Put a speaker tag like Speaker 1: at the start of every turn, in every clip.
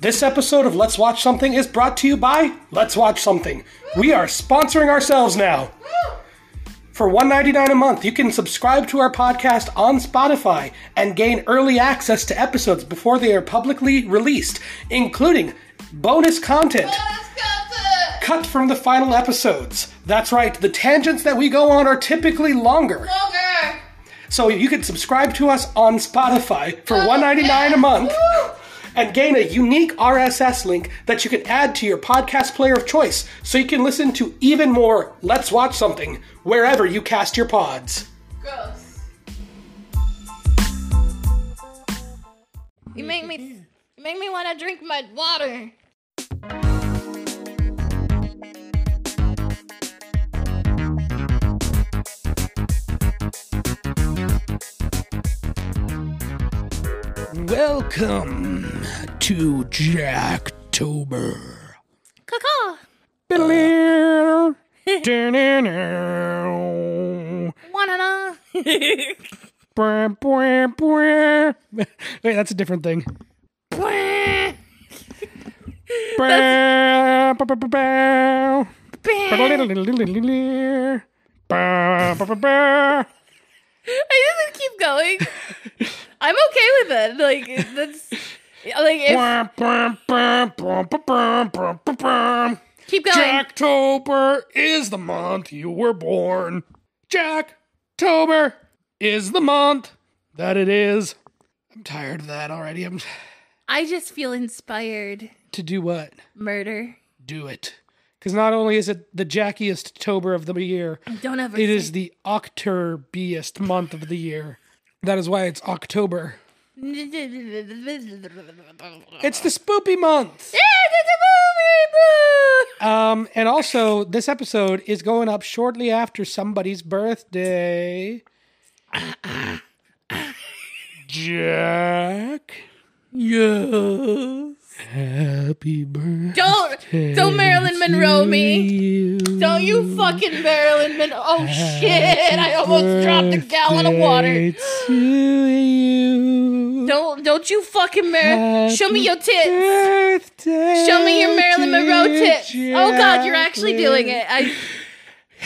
Speaker 1: This episode of Let's Watch Something is brought to you by Let's Watch Something. We are sponsoring ourselves now. For $1.99 a month, you can subscribe to our podcast on Spotify and gain early access to episodes before they are publicly released, including bonus content cut from the final episodes. That's right, the tangents that we go on are typically longer. So you can subscribe to us on Spotify for $1.99 a month and gain a unique RSS link that you can add to your podcast player of choice so you can listen to even more Let's Watch Something wherever you cast your pods.
Speaker 2: Gross. You make me you make me want to drink my water.
Speaker 1: Welcome to Jacktober.
Speaker 2: Caw Wanna
Speaker 1: Wait, that's a different thing.
Speaker 2: know?
Speaker 1: That's
Speaker 2: I just keep going. I'm okay with it. Like that's like if, keep going.
Speaker 1: Jacktober is the month you were born. Jacktober is the month that it is. I'm tired of that already. I'm
Speaker 2: I just feel inspired.
Speaker 1: to do what?
Speaker 2: Murder.
Speaker 1: Do it. Because not only is it the jackiest tober of the year,
Speaker 2: Don't ever.
Speaker 1: it
Speaker 2: say-
Speaker 1: is the octerbiest month of the year. That is why it's October.
Speaker 2: It's
Speaker 1: It's the spoopy month.
Speaker 2: a movie, boo!
Speaker 1: Um, and also, this episode is going up shortly after somebody's birthday. Jack,
Speaker 2: Yes.
Speaker 1: happy birthday.
Speaker 2: Don't don't Marilyn Monroe me. Don't you fucking Marilyn Monroe. Oh shit! I almost dropped a gallon of water.
Speaker 1: To you.
Speaker 2: Don't don't you fucking Mar. Show me your tits.
Speaker 1: Birthday
Speaker 2: Show me your Marilyn Monroe
Speaker 1: dear
Speaker 2: tits. Oh god, you're actually doing
Speaker 1: Jacqueline.
Speaker 2: it.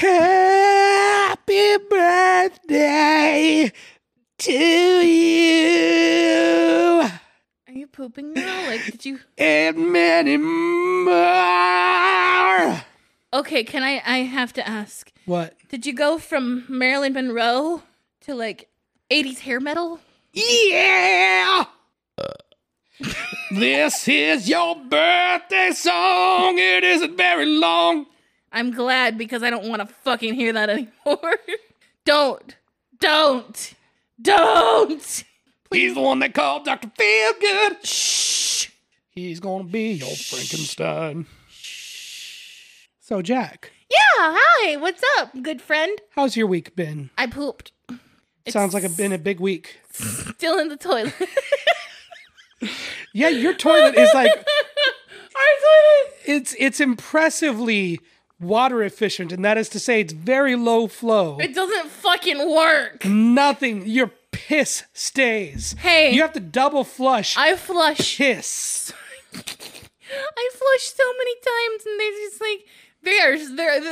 Speaker 2: I
Speaker 1: Happy birthday to you
Speaker 2: are you pooping now? Like did you?
Speaker 1: and many more.
Speaker 2: Okay, can I? I have to ask.
Speaker 1: What?
Speaker 2: Did you go from Marilyn Monroe to like 80s hair metal?
Speaker 1: Yeah! this is your birthday song. It isn't very long.
Speaker 2: I'm glad because I don't want to fucking hear that anymore. don't. Don't. Don't.
Speaker 1: He's the one they called Dr. Feelgood.
Speaker 2: Shh.
Speaker 1: He's gonna be your Frankenstein. So, Jack,
Speaker 2: Yeah, hi. What's up, good friend?
Speaker 1: how's your week been?
Speaker 2: I pooped. It's
Speaker 1: Sounds like it's been a big week.
Speaker 2: still in the toilet.
Speaker 1: Yeah, your toilet is like
Speaker 2: Our toilet.
Speaker 1: it's it's impressively water efficient, and that is to say, it's very low flow.
Speaker 2: It doesn't fucking work.
Speaker 1: Nothing. Your piss stays.
Speaker 2: Hey.
Speaker 1: you have to double flush
Speaker 2: I flush.
Speaker 1: piss.
Speaker 2: I flush so many times, and they're just like,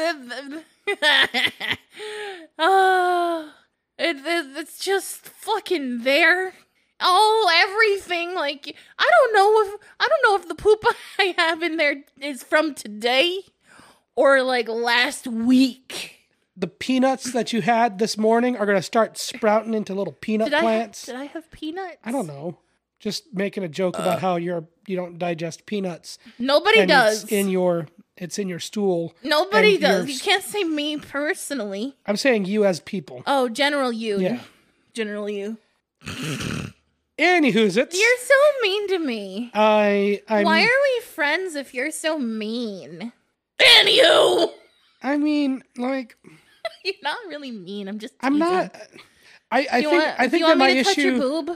Speaker 2: there's there. there- oh, it, it- it's just fucking there. Oh, everything. Like I don't know if I don't know if the poop I have in there is from today or like last week.
Speaker 1: The peanuts that you had this morning are gonna start sprouting into little peanut
Speaker 2: Did I have,
Speaker 1: plants.
Speaker 2: did I have peanuts?
Speaker 1: I don't know. Just making a joke about how you're you don't digest peanuts.
Speaker 2: Nobody
Speaker 1: and
Speaker 2: does. Mm.
Speaker 1: It's in your it's in your stool.
Speaker 2: Nobody
Speaker 1: and your
Speaker 2: does. You
Speaker 1: s-
Speaker 2: can't say me personally.
Speaker 1: I'm saying you as people.
Speaker 2: Oh, general you.
Speaker 1: Yeah.
Speaker 2: General you.
Speaker 1: Anywho's it's
Speaker 2: You're so mean to me.
Speaker 1: I I'm,
Speaker 2: Why are we friends if you're so mean? And you!
Speaker 1: I mean, like
Speaker 2: You're not really mean. I'm just.
Speaker 1: I'm
Speaker 2: teasing.
Speaker 1: not I, I
Speaker 2: You
Speaker 1: think
Speaker 2: want-
Speaker 1: I
Speaker 2: do
Speaker 1: think that
Speaker 2: you want
Speaker 1: my
Speaker 2: me to touch your
Speaker 1: issue
Speaker 2: boob?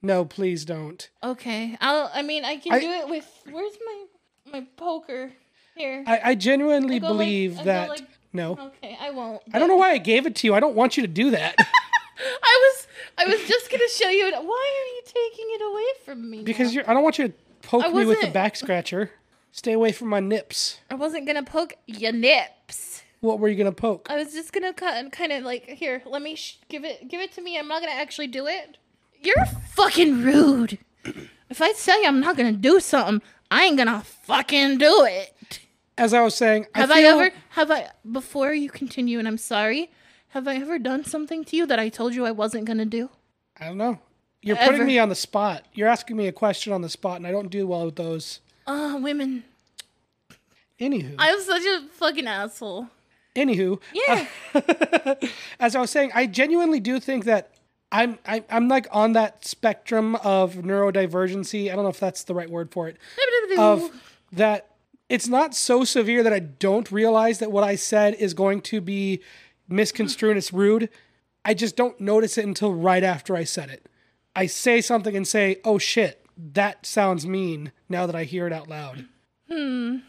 Speaker 1: No, please don't.
Speaker 2: Okay. I'll. I mean, I can
Speaker 1: I-
Speaker 2: do it with. Where's my my poker? Here.
Speaker 1: I, I genuinely
Speaker 2: go like-
Speaker 1: believe
Speaker 2: I go
Speaker 1: that
Speaker 2: like-
Speaker 1: no.
Speaker 2: okay. I won't.
Speaker 1: I don't know why I gave it to you. I don't want you to do that.
Speaker 2: I was. I was just gonna show you. It. Why are you taking it away from me?
Speaker 1: because you're I don't want you to poke
Speaker 2: I
Speaker 1: me with a
Speaker 2: wasn't-
Speaker 1: back scratcher. Stay away from my nips.
Speaker 2: I wasn't gonna poke your nips.
Speaker 1: What were you gonna poke?
Speaker 2: I was just gonna cut and kind of like here. Let me sh- give it, give it to me. I'm not gonna actually do it. You're fucking rude. If I tell you I'm not gonna do something, I ain't gonna fucking do it.
Speaker 1: As I was saying,
Speaker 2: Have
Speaker 1: I,
Speaker 2: I,
Speaker 1: feel,
Speaker 2: ever? Have I? Before you continue, and I'm sorry. Have I ever done something to you that I told you I wasn't gonna do?
Speaker 1: I don't know. You're
Speaker 2: Ever.
Speaker 1: putting me on the spot. You're asking me a question on the spot, and I don't do well with those.
Speaker 2: Ah, women.
Speaker 1: Anywho,
Speaker 2: I'm such a fucking asshole.
Speaker 1: anywho,
Speaker 2: Yeah.
Speaker 1: as I was saying, I genuinely do think that I'm I, I'm like on that spectrum of neurodivergency. I don't know if that's the right word for it.
Speaker 2: Ah.
Speaker 1: Of that, it's not so severe that I don't realize that what I said is going to be misconstrued as rude. I just don't notice it until right after I said it. I say something and say, "Oh shit, that sounds mean." Now that I hear it out loud and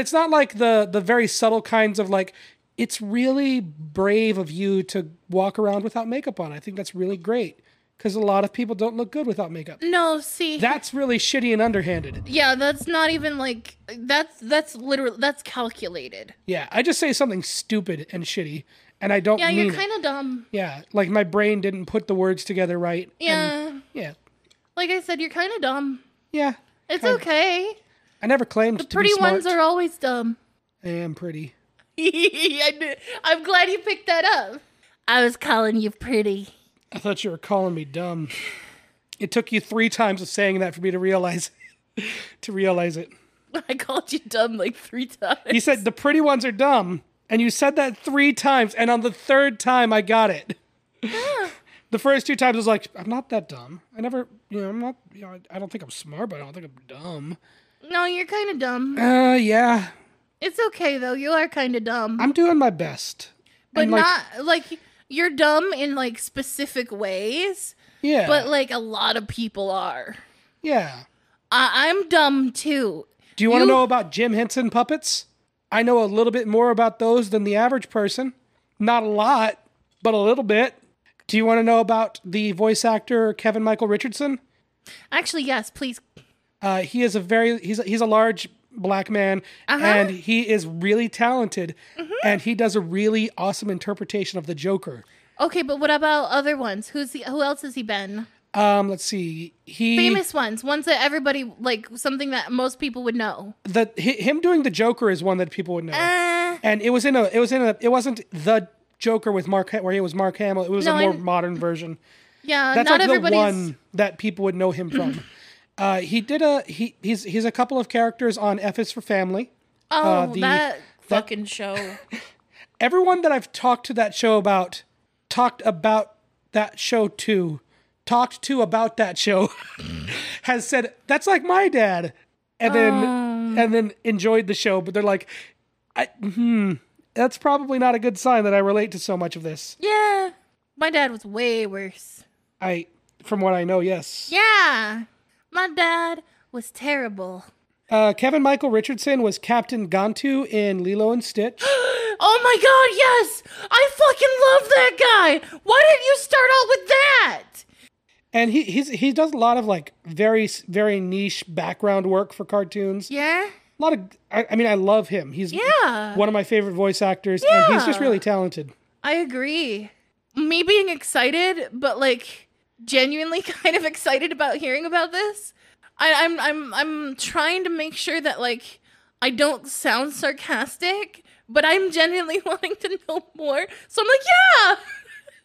Speaker 1: it's not like the the very subtle kinds of like it's really brave of you to walk around without makeup on i think that's really great because a lot of people don't look good without makeup
Speaker 2: no, see.
Speaker 1: that's really shitty and underhanded
Speaker 2: yeah, that's not even like that's that's literally that's calculated.
Speaker 1: yeah i just say something stupid and shitty and i don't
Speaker 2: Yeah,
Speaker 1: mean
Speaker 2: you're
Speaker 1: it.
Speaker 2: kind of dumb.
Speaker 1: yeah like my brain didn't put the words together right and-
Speaker 2: Yeah,
Speaker 1: yeah
Speaker 2: like I said, you're kind of dumb.
Speaker 1: yeah
Speaker 2: It's
Speaker 1: Kinda.
Speaker 2: okay.
Speaker 1: i never claimed to
Speaker 2: Pretty
Speaker 1: be smart
Speaker 2: ones are always dumb.
Speaker 1: i am pretty
Speaker 2: I knew- I'm glad you picked that up. I was calling you pretty.
Speaker 1: i thought you were calling me dumb it took you three times of saying that for me to realize to realize it
Speaker 2: I called you dumb like three times.
Speaker 1: He said the pretty ones are dumb, and you said that three times, and on the third time I got it. the first two times I was like, I'm not that dumb. I never, you know, I'm not. You know, I don't think I'm smart, but I don't think I'm dumb.
Speaker 2: no, you're kind of dumb.
Speaker 1: Uh, yeah,
Speaker 2: It's okay though. You are kind of dumb,
Speaker 1: I'm doing my best,
Speaker 2: but
Speaker 1: and, like-
Speaker 2: not like you're dumb in like specific ways.
Speaker 1: Yeah,
Speaker 2: But like a lot of people are.
Speaker 1: yeah.
Speaker 2: I- I'm dumb too.
Speaker 1: Do you want to
Speaker 2: You-
Speaker 1: know about Jim Henson puppets? I know a little bit more about those than the average person. Not a lot, but a little bit. Do you want to know about the voice actor Kevin Michael Richardson?
Speaker 2: Actually, yes, please.
Speaker 1: Uh, he is a very he's a, he's a large black man,
Speaker 2: Uh-huh.
Speaker 1: and he is really talented,
Speaker 2: Mm-hmm.
Speaker 1: and he does a really awesome interpretation of the Joker.
Speaker 2: Okay, but what about other ones? Who's he, who else has he been?
Speaker 1: Um, let's see, he
Speaker 2: Famous ones, ones that everybody like, something that most people would know.
Speaker 1: the hi- him doing the Joker is one that people would know,
Speaker 2: Uh,
Speaker 1: and it was in a it was in a it wasn't the Joker with Mark Ha- where he was Mark Hamill. It was
Speaker 2: No,
Speaker 1: a more
Speaker 2: I-
Speaker 1: modern version.
Speaker 2: yeah,
Speaker 1: That's
Speaker 2: not
Speaker 1: like the
Speaker 2: everybody's.
Speaker 1: one that people would know him from. uh, he did a he he's he's a couple of characters on F is for Family.
Speaker 2: oh,
Speaker 1: uh, the-
Speaker 2: that fucking show.
Speaker 1: everyone that I've talked to that show about talked about that show to talked to about that show has said that's like my dad and then
Speaker 2: Oh.
Speaker 1: and then enjoyed the show but they're like I, hmm that's probably not a good sign that I relate to so much of this
Speaker 2: yeah, my dad was way worse.
Speaker 1: I from what I know yes
Speaker 2: Yeah, my dad was terrible.
Speaker 1: uh, Kevin Michael Richardson was Captain Gantu in Lilo and Stitch
Speaker 2: Oh my god, yes! I fucking love that guy! Why didn't you start out with that?
Speaker 1: and he he's, he does a lot of like very s- very niche background work for cartoons
Speaker 2: Yeah?
Speaker 1: a lot of I, I mean I love him. He's
Speaker 2: Yeah.
Speaker 1: one of my favorite voice actors and he's just
Speaker 2: Yeah.
Speaker 1: really talented.
Speaker 2: I agree. Me being excited, but like genuinely kind of excited about hearing about this. I, I'm I'm I'm trying to make sure that like I don't sound sarcastic, but I'm genuinely wanting to know more. So I'm like, yeah.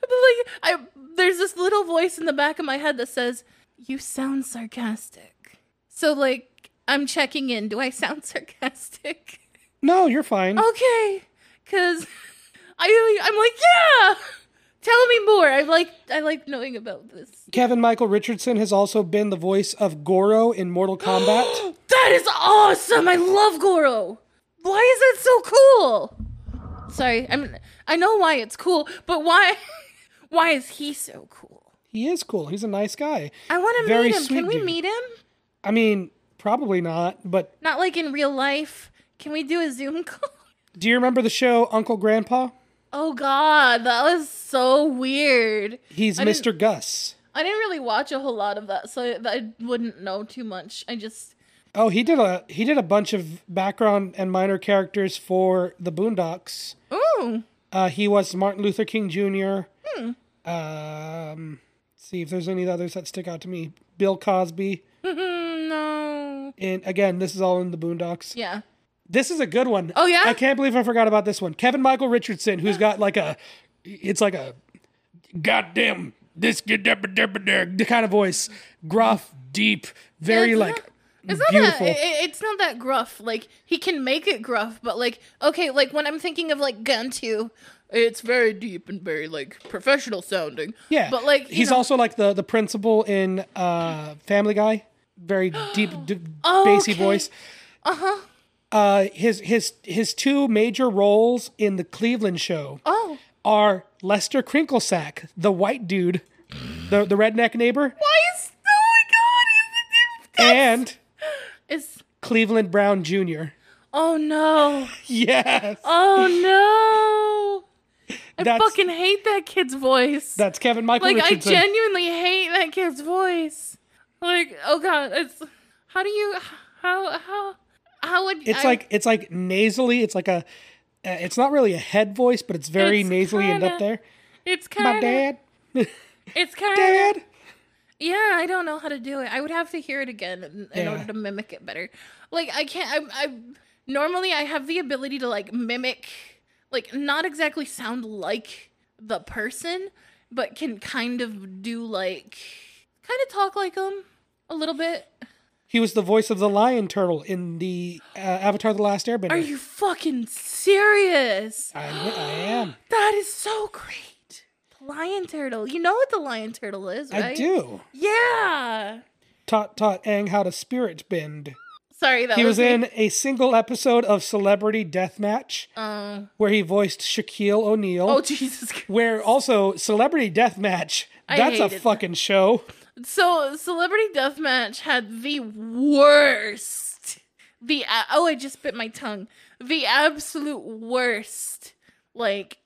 Speaker 2: but like I there's this little voice in the back of my head that says, "You sound sarcastic." So like I'm checking in. Do I sound sarcastic?
Speaker 1: No, you're fine.
Speaker 2: Oh. okay because i i'm like yeah tell me more i like i like knowing about this
Speaker 1: Kevin Michael Richardson has also been the voice of Goro in Mortal Kombat.
Speaker 2: that is awesome i love goro why is that so cool sorry i'm i know why it's cool but why why is he so cool
Speaker 1: he is cool. He's a nice guy.
Speaker 2: i want to
Speaker 1: Very
Speaker 2: meet him
Speaker 1: sweet
Speaker 2: can we
Speaker 1: dude.
Speaker 2: meet him
Speaker 1: I mean, probably not, but
Speaker 2: not like in real life can we do a zoom call
Speaker 1: do you remember the show Uncle Grandpa?
Speaker 2: oh god that was so weird
Speaker 1: He's
Speaker 2: I didn't-
Speaker 1: Mr. Gus.
Speaker 2: I didn't really watch a whole lot of that, so I, I wouldn't know too much. I just
Speaker 1: Oh, he did a he did a bunch of background and minor characters for the Boondocks.
Speaker 2: ooh
Speaker 1: Uh, he was Martin Luther King Jr.
Speaker 2: Hmm.
Speaker 1: Um, let's see if there's any others that stick out to me. Bill Cosby,
Speaker 2: Mm, no
Speaker 1: and again, this is all in the Boondocks.
Speaker 2: yeah
Speaker 1: This is a good one.
Speaker 2: Oh, yeah?
Speaker 1: I can't believe I forgot about this one. Kevin Michael Richardson, who's got like a, it's like a, goddamn this get the kind of voice, gruff, deep, very
Speaker 2: it's
Speaker 1: like,
Speaker 2: not- it's not
Speaker 1: beautiful.
Speaker 2: that it- it's not that gruff like he can make it gruff but like okay like when i'm thinking of like guntu it's very deep and very like professional sounding
Speaker 1: yeah,
Speaker 2: but like you
Speaker 1: he's
Speaker 2: know-
Speaker 1: also like the the principal in uh Family Guy, very deep, d- bassy
Speaker 2: Oh, okay.
Speaker 1: voice. Uh-huh. his his his two major roles in the Cleveland show
Speaker 2: oh
Speaker 1: are Lester Crinklesack, the white dude, the the redneck neighbor,
Speaker 2: why is oh my god he's a
Speaker 1: and
Speaker 2: it's
Speaker 1: Cleveland Brown Jr.
Speaker 2: oh no
Speaker 1: Yes,
Speaker 2: oh no i
Speaker 1: That's-
Speaker 2: fucking hate that kid's voice
Speaker 1: that's Kevin Michael
Speaker 2: like
Speaker 1: Richardson.
Speaker 2: i genuinely hate that kid's voice like oh god it's how do you how how how would
Speaker 1: it's
Speaker 2: I-
Speaker 1: like it's like nasally. It's like a. Uh, it's not really a head voice, but it's very
Speaker 2: It's
Speaker 1: nasally and up
Speaker 2: kinda-
Speaker 1: there.
Speaker 2: It's kind
Speaker 1: My
Speaker 2: of
Speaker 1: dad,
Speaker 2: It's kind
Speaker 1: dad.
Speaker 2: of yeah. I don't know how to do it. I would have to hear it again in, in
Speaker 1: Yeah.
Speaker 2: order to mimic it better. Like I can't. I, I normally I have the ability to like mimic, like not exactly sound like the person, but can kind of do like kind of talk like them a little bit.
Speaker 1: He was the voice of the lion turtle in the uh, Avatar: The Last Airbender.
Speaker 2: Are you fucking serious?
Speaker 1: I, I am.
Speaker 2: That is so great. The lion turtle. You know what the lion turtle is, right?
Speaker 1: I do.
Speaker 2: Yeah.
Speaker 1: Taught taught Aang how to spirit bend.
Speaker 2: Sorry, that
Speaker 1: He was
Speaker 2: me.
Speaker 1: in a single episode of Celebrity Deathmatch
Speaker 2: Oh.
Speaker 1: where he voiced Shaquille O'Neal.
Speaker 2: Oh Jesus! Christ.
Speaker 1: where also Celebrity Deathmatch.
Speaker 2: I
Speaker 1: That's a
Speaker 2: hated
Speaker 1: fucking show.
Speaker 2: So Celebrity Deathmatch had the worst. The a- oh, I just bit my tongue. The absolute worst. Like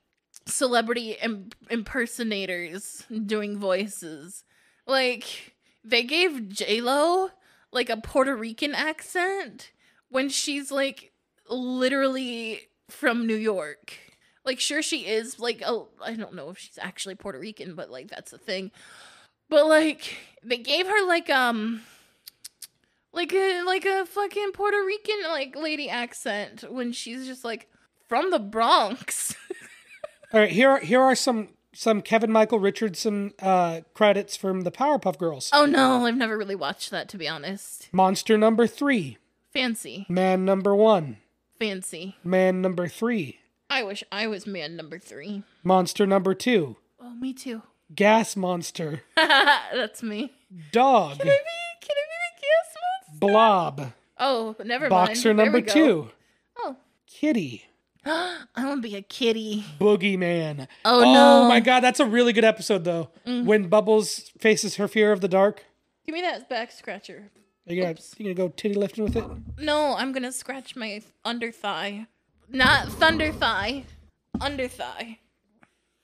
Speaker 2: celebrity Im- impersonators doing voices. Like they gave J Lo like a Puerto Rican accent when she's like literally from New York. Like sure she is like oh I don't know if she's actually Puerto Rican, but like that's the thing. But like they gave her like um like a like a fucking Puerto Rican like lady accent when she's just like from the Bronx.
Speaker 1: All right, here are, here are some some Kevin Michael Richardson uh, credits from the Powerpuff Girls.
Speaker 2: oh no, I've never really watched that to be honest.
Speaker 1: Monster number three,
Speaker 2: Fancy.
Speaker 1: man number one,
Speaker 2: Fancy.
Speaker 1: man number three,
Speaker 2: I wish I was man number 3.
Speaker 1: monster number two,
Speaker 2: Oh, me too.
Speaker 1: gas monster,
Speaker 2: That's me.
Speaker 1: dog,
Speaker 2: Can I be can I be the gas monster?
Speaker 1: blob,
Speaker 2: Oh, never mind.
Speaker 1: boxer
Speaker 2: There
Speaker 1: number
Speaker 2: we go.
Speaker 1: two,
Speaker 2: Oh.
Speaker 1: kitty,
Speaker 2: I want to be a kitty.
Speaker 1: boogeyman.
Speaker 2: Oh, no. Mm.
Speaker 1: my god, that's a really good episode though. When Bubbles faces her fear of the dark,
Speaker 2: Give me that back scratcher.
Speaker 1: are you gonna, you gonna go titty lifting with it?
Speaker 2: No, I'm gonna scratch my under thigh. Not thunder thigh. Under thigh.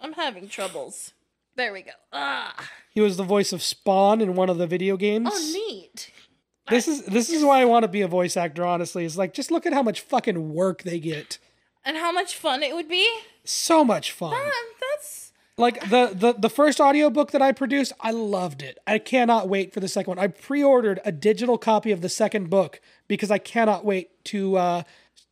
Speaker 2: I'm having troubles. There we go. Ah.
Speaker 1: He was the voice of Spawn in one of the video games.
Speaker 2: Oh, neat.
Speaker 1: This is this is why I want to be a voice actor. Honestly, it's like just look at how much fucking work they get.
Speaker 2: And how much fun it would be?
Speaker 1: So much fun.
Speaker 2: Ah, that's.
Speaker 1: Like the the the first audiobook that I produced, I loved it. I cannot wait for the second one. I pre-ordered a digital copy of the second book because I cannot wait to uh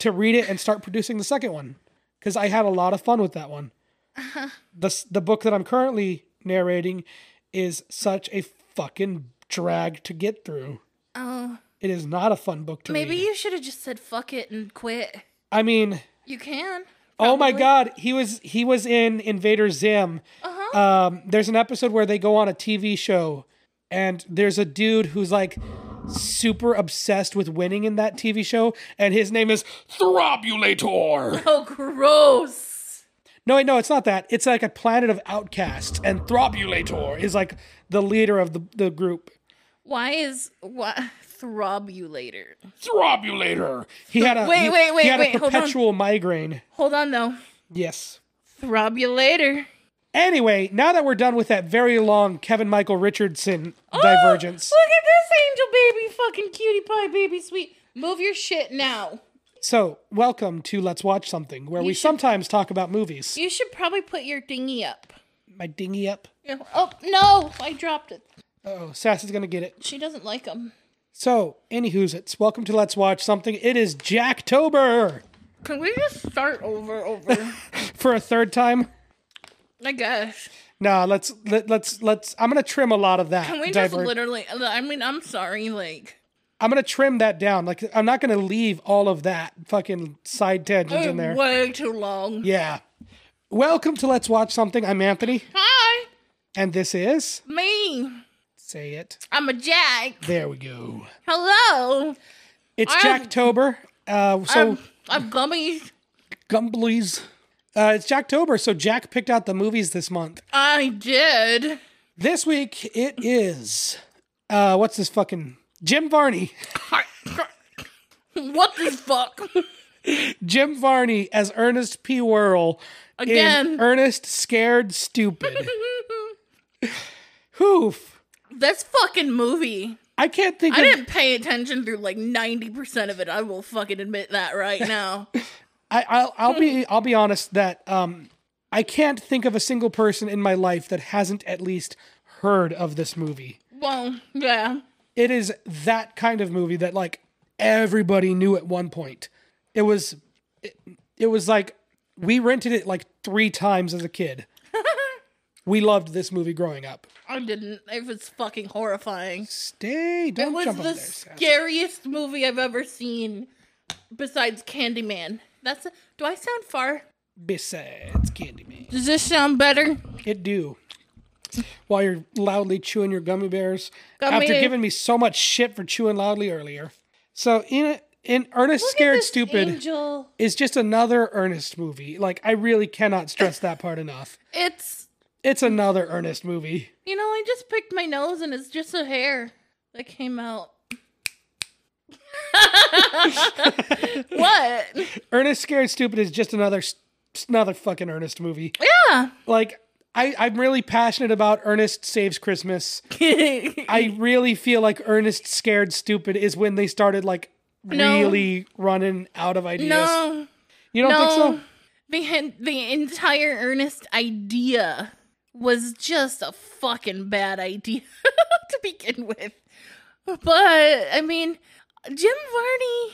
Speaker 1: to read it and start producing the second one because I had a lot of fun with that one.
Speaker 2: Uh-huh.
Speaker 1: The s- the book that I'm currently narrating is such a fucking drag to get through.
Speaker 2: Oh.
Speaker 1: It is not a fun book to
Speaker 2: Maybe
Speaker 1: read.
Speaker 2: you should have just said fuck it and quit.
Speaker 1: I mean,
Speaker 2: You can.
Speaker 1: Oh my
Speaker 2: Probably.
Speaker 1: God, he was he was in Invader Zim.
Speaker 2: Uh-huh.
Speaker 1: Um, there's an episode where they go on a TV show, and there's a dude who's like super obsessed with winning in that TV show, and his name is Throbulator.
Speaker 2: Oh, gross.
Speaker 1: no, wait, no, it's not that. It's like a planet of outcasts, and Throbulator is like the leader of the the group.
Speaker 2: Why is. What? Throb you later.
Speaker 3: Throbulator.
Speaker 1: He had a
Speaker 2: Wait,
Speaker 1: he-
Speaker 2: wait, wait,
Speaker 1: he had
Speaker 2: wait,
Speaker 1: a
Speaker 2: hold on.
Speaker 1: perpetual migraine.
Speaker 2: Hold on, though.
Speaker 1: Yes.
Speaker 2: Throb you later.
Speaker 1: Anyway, now that we're done with that very long Kevin Michael Richardson
Speaker 2: Oh!
Speaker 1: divergence,
Speaker 2: Look at this angel baby, fucking cutie pie baby, sweet. Move your shit now.
Speaker 1: so welcome to Let's Watch Something, where we
Speaker 2: should-
Speaker 1: sometimes talk about movies.
Speaker 2: You should probably put your dinghy up.
Speaker 1: My dinghy up.
Speaker 2: Yeah. Oh no, I dropped it.
Speaker 1: Oh, Sassy's gonna get it.
Speaker 2: She doesn't like them.
Speaker 1: So, anywho's it's welcome to Let's Watch Something. It is Jacktober
Speaker 2: Can we just start over? Over.
Speaker 1: for a third time.
Speaker 2: I guess.
Speaker 1: Nah, let's let, let's let's. I'm gonna trim a lot of that.
Speaker 2: Can we
Speaker 1: diver-
Speaker 2: just literally? I mean, I'm sorry. Like,
Speaker 1: I'm gonna trim that down. Like I'm not gonna leave all of that fucking side
Speaker 2: Oh,
Speaker 1: tangents in there.
Speaker 2: way too long.
Speaker 1: Yeah. Welcome to Let's Watch Something. I'm Anthony,
Speaker 2: Hi,
Speaker 1: and this is
Speaker 2: me.
Speaker 1: say it.
Speaker 2: I'm a jack.
Speaker 1: There we go.
Speaker 2: Hello.
Speaker 1: It's
Speaker 2: I'm-
Speaker 1: Jacktober. Uh, so
Speaker 2: I'm, I'm gummies.
Speaker 1: Gumblies. Uh, it's Jacktober. So Jack picked out the movies this month.
Speaker 2: I did.
Speaker 1: This week it is uh, what's this fucking Jim Varney.
Speaker 2: What the fuck?
Speaker 1: Jim Varney as Ernest P. Worrell in
Speaker 2: Again.
Speaker 1: Ernest Scared Stupid. Hoof.
Speaker 2: this fucking movie.
Speaker 1: I can't think
Speaker 2: I
Speaker 1: of
Speaker 2: didn't pay attention through like 90% of it. I will fucking admit that right now.
Speaker 1: I, I'll, I'll
Speaker 2: Hmm.
Speaker 1: be I'll be honest that um I can't think of a single person in my life that hasn't at least heard of this movie.
Speaker 2: well, yeah.
Speaker 1: It is that kind of movie that like everybody knew at one point. It was it, it was like we rented it like 3 times as a kid. we loved this movie growing up.
Speaker 2: I didn't. It was fucking horrifying.
Speaker 1: Stay,
Speaker 2: It
Speaker 1: don't
Speaker 2: was
Speaker 1: jump
Speaker 2: the
Speaker 1: up there. Sass.
Speaker 2: scariest movie I've ever seen besides Candyman. That's Do I sound far?
Speaker 1: Besides Candyman.
Speaker 2: Does this sound better?
Speaker 1: It do. While you're loudly chewing your gummy bears
Speaker 2: Gummy.
Speaker 1: after giving me so much shit for chewing loudly earlier. So in in Ernest Scared
Speaker 2: this
Speaker 1: Stupid
Speaker 2: Angel.
Speaker 1: is just another Ernest movie. Like I really cannot stress that part enough.
Speaker 2: It's
Speaker 1: It's another Ernest movie.
Speaker 2: you know, I just picked my nose and it's just a hair that came out. what?
Speaker 1: Ernest Scared Stupid is just another s- another fucking Ernest movie.
Speaker 2: Yeah.
Speaker 1: Like I, I'm really passionate about Ernest Saves Christmas. I really feel like Ernest Scared Stupid is when they started like
Speaker 2: No.
Speaker 1: really running out of ideas.
Speaker 2: no.
Speaker 1: you don't think
Speaker 2: no.
Speaker 1: so?
Speaker 2: The hen- the entire Ernest idea was just a fucking bad idea to begin with. But I mean, Jim Varney,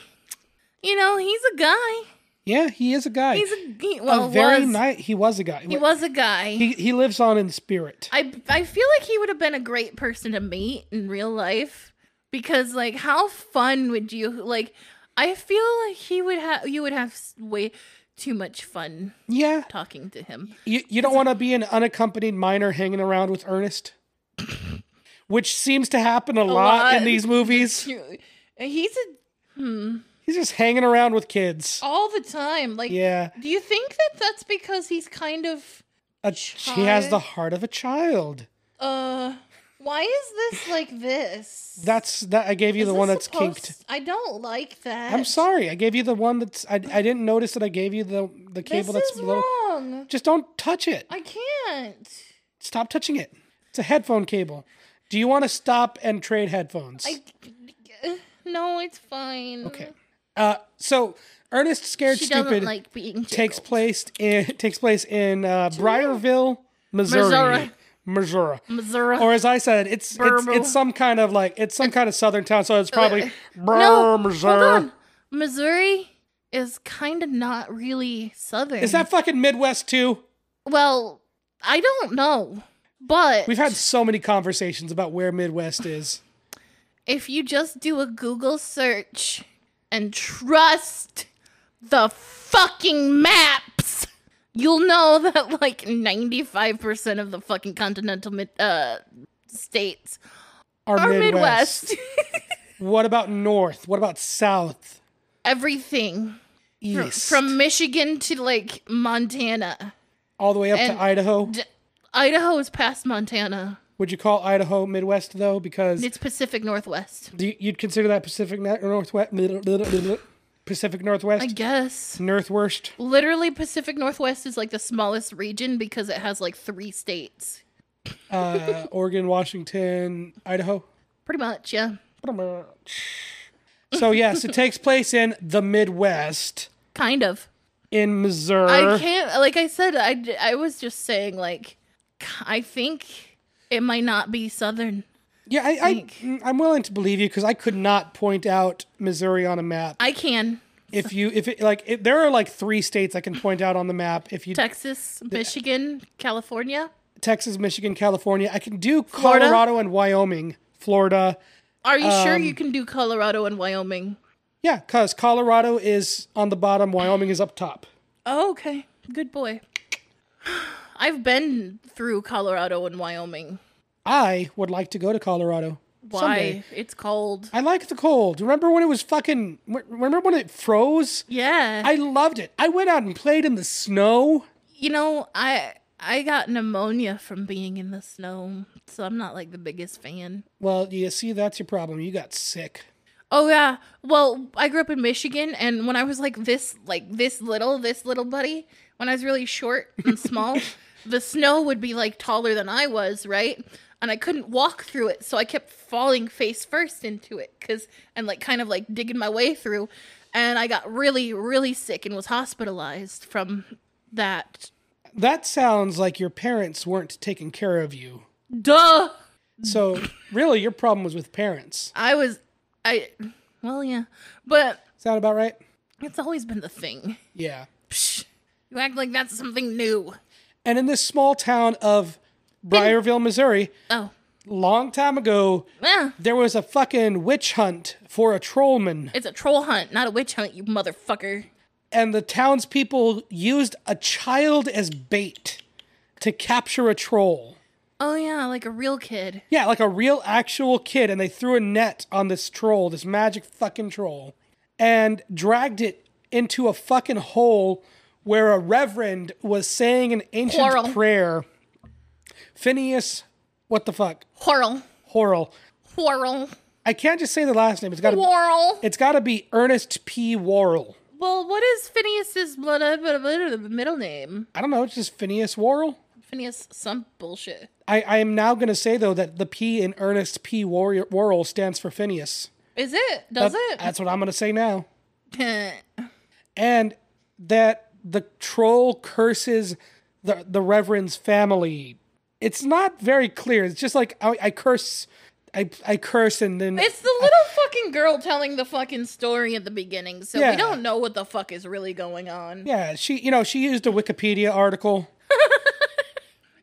Speaker 2: you know, he's a guy.
Speaker 1: Yeah, he is a guy.
Speaker 2: He's a he, well,
Speaker 1: a very
Speaker 2: was.
Speaker 1: nice. He was a guy.
Speaker 2: He was a guy.
Speaker 1: He, he lives on in spirit.
Speaker 2: I I feel like he would have been a great person to meet in real life because like how fun would you like I feel like he would have you would have s- way too much fun
Speaker 1: yeah,
Speaker 2: talking to him.
Speaker 1: you you don't want to be an unaccompanied minor hanging around with Ernest, which seems to happen a, lot,
Speaker 2: lot.
Speaker 1: in these movies.
Speaker 2: You- He's a
Speaker 1: He's just hanging around with kids.
Speaker 2: all the time like
Speaker 1: Yeah,
Speaker 2: do you think that that's because he's kind of
Speaker 1: a, he has the heart of a child.
Speaker 2: uh why is this like this?
Speaker 1: That's that. I gave you
Speaker 2: Is
Speaker 1: the one
Speaker 2: this
Speaker 1: that's
Speaker 2: supposed-
Speaker 1: kinked.
Speaker 2: I don't like that.
Speaker 1: I'm sorry. I gave you the one that's. I, I didn't notice that I gave you the the
Speaker 2: This
Speaker 1: cable that's
Speaker 2: is
Speaker 1: below.
Speaker 2: wrong.
Speaker 1: Just don't touch it.
Speaker 2: I can't.
Speaker 1: Stop touching it. It's a headphone cable. Do you want to stop and trade headphones?
Speaker 2: I, no, it's fine.
Speaker 1: okay. Uh, so Ernest Scared
Speaker 2: She
Speaker 1: Stupid
Speaker 2: doesn't like being
Speaker 1: takes
Speaker 2: jiggled.
Speaker 1: place in takes place in uh, Briarville, Missouri.
Speaker 2: Missouri.
Speaker 1: Missouri.
Speaker 2: Missouri.
Speaker 1: Or as I said, it's it's,
Speaker 2: Burble.
Speaker 1: it's some kind of like it's some kind of southern town, so it's probably
Speaker 2: no,
Speaker 1: Brr, er, Missouri.
Speaker 2: hold on. Missouri is kind of not really southern.
Speaker 1: Is that fucking Midwest too?
Speaker 2: well? I don't know, but
Speaker 1: We've had so many conversations about where Midwest is.
Speaker 2: if you just do a Google search and trust the fucking maps, you'll know that like ninety five percent of the fucking continental mid- uh states
Speaker 1: Our
Speaker 2: are
Speaker 1: Midwest.
Speaker 2: Midwest.
Speaker 1: What about North? What about South?
Speaker 2: Everything.
Speaker 1: East?
Speaker 2: from Michigan to like Montana.
Speaker 1: all the way up
Speaker 2: and-
Speaker 1: to Idaho.
Speaker 2: D- Idaho is past Montana.
Speaker 1: Would you call Idaho Midwest though? Because
Speaker 2: It's Pacific Northwest.
Speaker 1: do you, you'd consider that Pacific Na- Northwest. Pacific Northwest.
Speaker 2: I guess.
Speaker 1: Northwest.
Speaker 2: Literally, Pacific Northwest is like the smallest region because it has like three states.
Speaker 1: Uh, Oregon, Washington, Idaho.
Speaker 2: Pretty much, yeah.
Speaker 1: Pretty much. So yes, it takes place in the Midwest
Speaker 2: Kind of.
Speaker 1: in Missouri.
Speaker 2: I can't, like I said, I, d- I was just saying, like, I think it might not be Southern.
Speaker 1: yeah, I, I mm, I'm willing to believe you because I could not point out Missouri on a map.
Speaker 2: I can.
Speaker 1: If you if it like it, there are like three states I can point out on the map. If you
Speaker 2: Texas, Michigan, California.
Speaker 1: Texas, Michigan, California, I can do
Speaker 2: Florida?
Speaker 1: Colorado and Wyoming, Florida.
Speaker 2: Are you sure you can do Colorado and Wyoming?
Speaker 1: Yeah, cause Colorado is on the bottom, Wyoming is up top.
Speaker 2: Oh, okay. Good boy. I've been through Colorado and Wyoming.
Speaker 1: I would like to go to Colorado.
Speaker 2: Why?
Speaker 1: someday.
Speaker 2: It's cold.
Speaker 1: I like the cold. Remember when it was fucking? w- Remember when it froze?
Speaker 2: Yeah.
Speaker 1: I loved it. I went out and played in the snow.
Speaker 2: you know, I I got pneumonia from being in the snow, so I'm not like the biggest fan.
Speaker 1: Well, you see, that's your problem. You got sick.
Speaker 2: Oh yeah. Well, I grew up in Michigan and when I was like this like this little, this little buddy, when I was really short and small, the snow would be like taller than I was, right? And I couldn't walk through it, so I kept falling face first into it cuz and like kind of like digging my way through and I got really really sick and was hospitalized from that.
Speaker 1: That sounds like your parents weren't taking care of you.
Speaker 2: Duh.
Speaker 1: So, really, your problem was with parents.
Speaker 2: I was I well, yeah. But
Speaker 1: Sound about right?
Speaker 2: it's always been the thing.
Speaker 1: Yeah.
Speaker 2: Psh, you act like that's something new.
Speaker 1: And in this small town of Briarville, Missouri,
Speaker 2: Oh.
Speaker 1: long time ago,
Speaker 2: Yeah.
Speaker 1: there was a fucking witch hunt for a trollman.
Speaker 2: It's a troll hunt, not a witch hunt, you motherfucker.
Speaker 1: and the townspeople used a child as bait to capture a troll.
Speaker 2: Oh yeah, like a real kid.
Speaker 1: Yeah, like a real actual kid, and they threw a net on this troll, this magic fucking troll, and dragged it into a fucking hole where a reverend was saying an ancient
Speaker 2: Quarrel.
Speaker 1: prayer. Phineas, what the fuck?
Speaker 2: Whirl.
Speaker 1: Horrell.
Speaker 2: Whirl.
Speaker 1: I can't just say the last name. It's gotta be,
Speaker 2: Whirl.
Speaker 1: it's gotta be Ernest P. Worrell.
Speaker 2: Well, what is Phineas's blah, blah, blah, blah, blah, middle name?
Speaker 1: I don't know, it's just Phineas Worrell.
Speaker 2: Phineas some bullshit.
Speaker 1: I, I am now going to say though that the P in Ernest P. Warrior, Worrell stands for Phineas.
Speaker 2: Is it? Does
Speaker 1: That's what I'm going to say now.
Speaker 2: it?
Speaker 1: And that the troll curses the the reverend's family. It's not very clear. It's just like I, I curse, I I curse, and then
Speaker 2: it's the little fucking girl telling the fucking story at the beginning, so
Speaker 1: Yeah.
Speaker 2: we don't know what the fuck is really going on.
Speaker 1: yeah, she you know she used a Wikipedia article.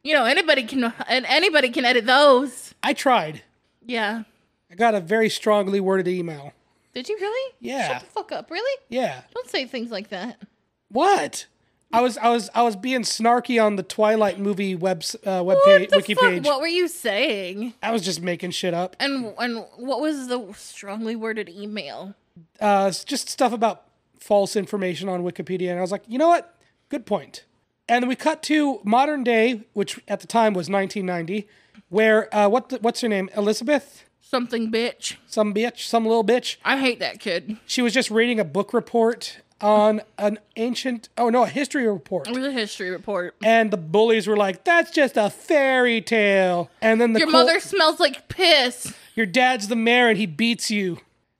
Speaker 2: You know, anybody can and anybody can edit those.
Speaker 1: I tried.
Speaker 2: Yeah.
Speaker 1: I got a very strongly worded email.
Speaker 2: Did you really?
Speaker 1: Yeah.
Speaker 2: Shut the fuck up, really?
Speaker 1: Yeah.
Speaker 2: Don't say things like that.
Speaker 1: What? I was I was I was being snarky on the Twilight movie web uh, web
Speaker 2: What
Speaker 1: page
Speaker 2: the
Speaker 1: wiki
Speaker 2: fuck?
Speaker 1: page.
Speaker 2: What were you saying?
Speaker 1: I was just making shit up.
Speaker 2: And and what was the strongly worded email?
Speaker 1: uh, it's just stuff about false information on Wikipedia. And I was like, you know what? Good point. And we cut to modern day, which at the time was 1990, where uh, what the, what's her name? Elizabeth,
Speaker 2: Something bitch.
Speaker 1: some bitch, some little bitch.
Speaker 2: I hate that kid.
Speaker 1: She was just reading a book report on an ancient, oh no, a history report.
Speaker 2: It was a history report.
Speaker 1: And the bullies were like, "That's just a fairy tale." And then the
Speaker 2: Your
Speaker 1: col-
Speaker 2: mother smells like piss.
Speaker 1: your dad's the mayor, and he beats you.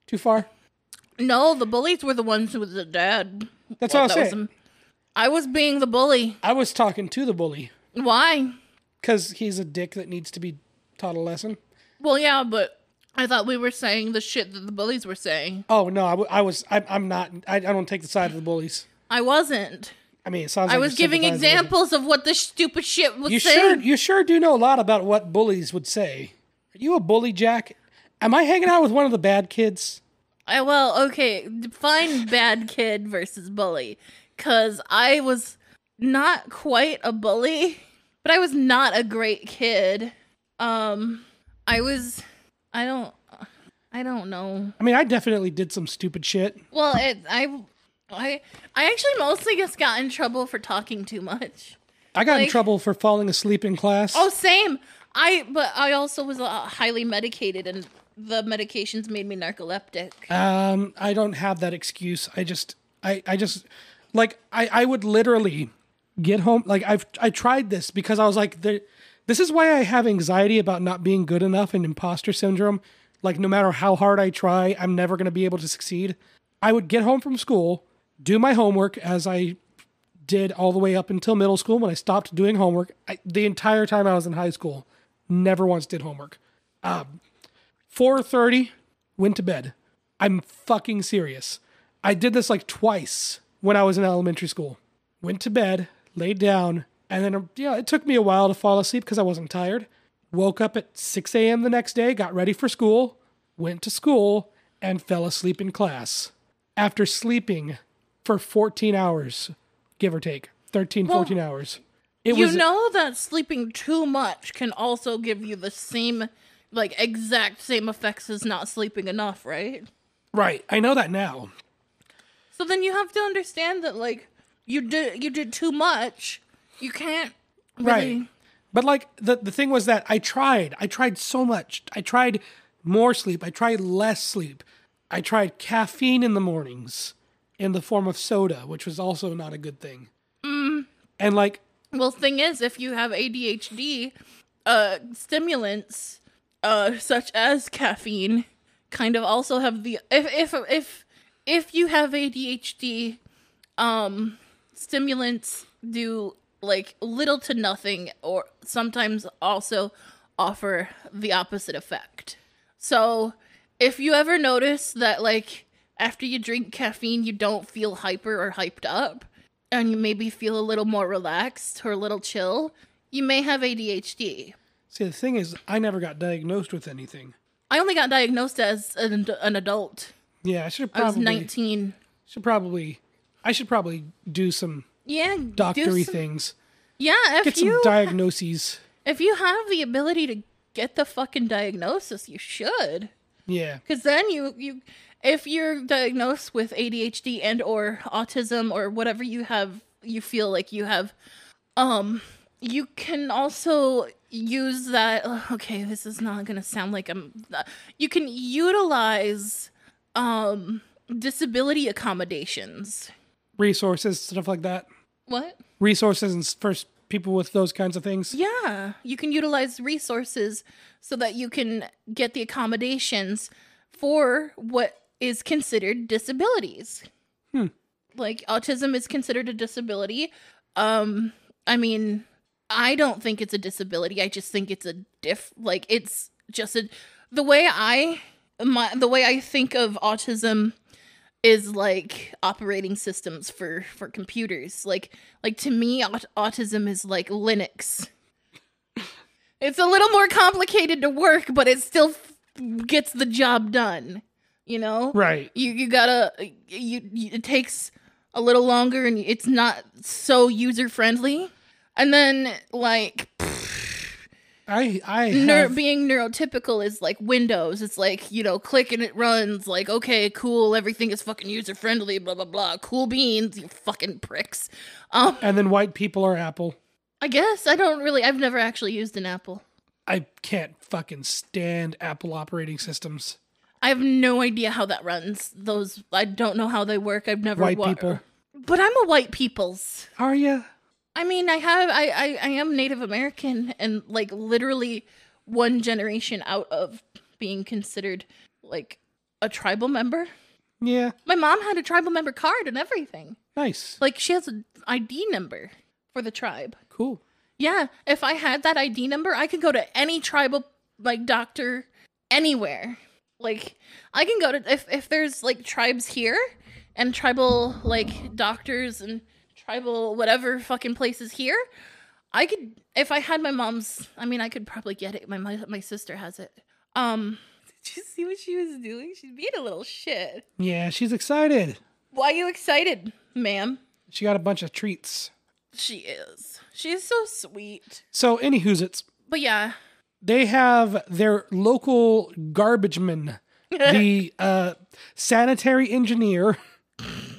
Speaker 1: Too far.
Speaker 2: No, the bullies were the ones who was the dad.
Speaker 1: That's
Speaker 2: Well,
Speaker 1: what I was
Speaker 2: that
Speaker 1: saying.
Speaker 2: him. I was being the bully.
Speaker 1: I was talking to the bully.
Speaker 2: Why?
Speaker 1: because he's a dick that needs to be taught a lesson.
Speaker 2: Well, yeah, but I thought we were saying the shit that the bullies were saying.
Speaker 1: Oh no, I, w- I was I, I'm not. I, I don't take the side of the bullies.
Speaker 2: I wasn't.
Speaker 1: I mean, it sounds.
Speaker 2: I
Speaker 1: like
Speaker 2: was
Speaker 1: you're
Speaker 2: giving
Speaker 1: sympathizing with them.
Speaker 2: examples of what the stupid shit was
Speaker 1: You sure
Speaker 2: saying.
Speaker 1: you sure do know a lot about what bullies would say. Are you a bully, Jack? Am I hanging out with one of the bad kids?
Speaker 2: I well, okay, define bad kid versus bully cuz I was not quite a bully, but I was not a great kid. Um I was I don't I don't know.
Speaker 1: I mean, I definitely did some stupid shit.
Speaker 2: Well, it I I I actually mostly just got in trouble for talking too much. Oh,
Speaker 1: I got in
Speaker 2: Like-
Speaker 1: trouble for falling asleep in class.
Speaker 2: Oh, same. I but I also was uh, highly medicated and the medications made me narcoleptic.
Speaker 1: Um, I don't have that excuse. I just, I, I just, like, I, I would literally get home. Like, I've, I tried this because I was like, there, this is why I have anxiety about not being good enough and imposter syndrome. Like, no matter how hard I try, I'm never going to be able to succeed. I would get home from school, do my homework as I did all the way up until middle school when I stopped doing homework. I, the entire time I was in high school, never once did homework. Um, 4.30, went to bed. I'm fucking serious. I did this like twice when I was in elementary school. Went to bed, laid down, and then, yeah, it took me a while to fall asleep because I wasn't tired. Woke up at 6 a.m. the next day, got ready for school, went to school, and fell asleep in class. After sleeping for 14 hours, give or take, 13, 14 hours. It
Speaker 2: you
Speaker 1: was
Speaker 2: know that sleeping too much can also give you the same, like, exact same effects as not sleeping enough, right?
Speaker 1: right. I know that now.
Speaker 2: So then you have to understand that, like, you did you did too much. You can't really.
Speaker 1: Right. But like the the thing was that I tried. I tried so much. I tried more sleep. I tried less sleep. I tried caffeine in the mornings in the form of soda, which was also not a good thing.
Speaker 2: Mm.
Speaker 1: And like
Speaker 2: Well, thing is, if you have ADHD, uh, stimulants uh, such as caffeine kind of also have the if if if if you have ADHD, um, stimulants do like little to nothing, or sometimes also offer the opposite effect. So, if you ever notice that like after you drink caffeine, you don't feel hyper or hyped up, and you maybe feel a little more relaxed or a little chill, you may have ADHD.
Speaker 1: see the thing is I never got diagnosed with anything.
Speaker 2: I only got diagnosed as an, an adult.
Speaker 1: Yeah, I should
Speaker 2: I was
Speaker 1: probably
Speaker 2: 19.
Speaker 1: should probably I should probably do some
Speaker 2: Yeah, do
Speaker 1: doctory
Speaker 2: some-
Speaker 1: things.
Speaker 2: Yeah, if
Speaker 1: Get some
Speaker 2: you
Speaker 1: diagnoses.
Speaker 2: if you have the ability to get the fucking diagnosis, you should.
Speaker 1: Yeah.
Speaker 2: Because then you you if you're diagnosed with ADHD and or autism or whatever you have you feel like you have, um, you can also use that. Okay, this is not gonna sound like I'm. uh, You can utilize um disability accommodations.
Speaker 1: Resources, stuff like that.
Speaker 2: What?
Speaker 1: Resources and s- for s- people with those kinds of things.
Speaker 2: Yeah, you can utilize resources so that you can get the accommodations for what is considered disabilities. Hmm. Like autism is considered a disability. Um I mean, I don't think it's a disability. I just think it's a diff like it's just a the way I my the way I think of autism is like operating systems for for computers like like to me aut- autism is like linux it's a little more complicated to work but it still f- gets the job done you know
Speaker 1: Right.
Speaker 2: you you gotta you, you it takes a little longer and it's not so user friendly and then like
Speaker 1: I I
Speaker 2: Neur-
Speaker 1: have-
Speaker 2: being neurotypical is like Windows. It's like, you know, click and it runs. Like, okay, cool. Everything is fucking user friendly, blah, blah, blah. Cool beans, you fucking pricks. Um,
Speaker 1: and then white people are Apple.
Speaker 2: I guess I don't really, I've never actually used an Apple.
Speaker 1: I can't fucking stand Apple operating systems.
Speaker 2: I have no idea how that runs. Those, I don't know how they work. I've never
Speaker 1: White
Speaker 2: wa-
Speaker 1: people.
Speaker 2: But I'm a white people's.
Speaker 1: Are you?
Speaker 2: I mean, I have, I, I, I am Native American and like literally one generation out of being considered like a tribal member.
Speaker 1: Yeah.
Speaker 2: My mom had a tribal member card and everything.
Speaker 1: Nice.
Speaker 2: Like she has an ID number for the tribe.
Speaker 1: Cool.
Speaker 2: Yeah, if I had that ID number, I could go to any tribal like doctor anywhere. Like I can go to if if there's like tribes here and tribal like doctors and tribal whatever fucking places here, I could if I had my mom's. I mean, I could probably get it. My my, my sister has it. Um, did you see what she was doing? She's being a little shit.
Speaker 1: Yeah, she's excited.
Speaker 2: Why are you excited, ma'am?
Speaker 1: She got a bunch of treats.
Speaker 2: She is. She is so sweet.
Speaker 1: So, anywho's it's
Speaker 2: But yeah,
Speaker 1: they have their local garbageman, the uh, sanitary engineer,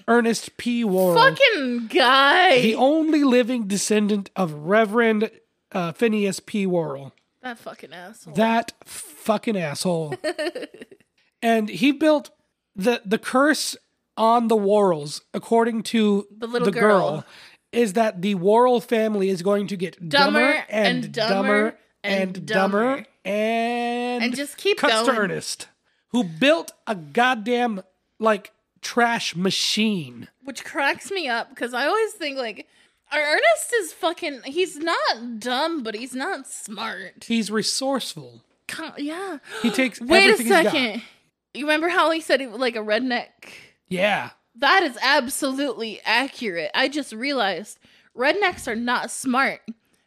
Speaker 1: Ernest P. Worrell,
Speaker 2: fucking guy.
Speaker 1: the only living descendant of Reverend uh, Phineas P. Worrell.
Speaker 2: That fucking asshole.
Speaker 1: That fucking asshole. and he built the the curse on the Worrells, according to
Speaker 2: The little
Speaker 1: the girl,
Speaker 2: girl.
Speaker 1: is that the Worrell family is going to get dumber,
Speaker 2: Dumber
Speaker 1: and,
Speaker 2: and
Speaker 1: dumber
Speaker 2: dumber
Speaker 1: and,
Speaker 2: and
Speaker 1: dumber
Speaker 2: dumber.
Speaker 1: and
Speaker 2: And just keep
Speaker 1: cuts to
Speaker 2: going.
Speaker 1: Ernest, who built a goddamn like trash machine.
Speaker 2: which cracks me up because I always think like Ernest is fucking. He's not dumb, but he's not smart.
Speaker 1: He's resourceful.
Speaker 2: Con- yeah.
Speaker 1: He takes
Speaker 2: Wait a
Speaker 1: everything he's got.
Speaker 2: second. You remember how he said he was like a redneck?
Speaker 1: Yeah.
Speaker 2: That is absolutely accurate. I just realized rednecks are not smart,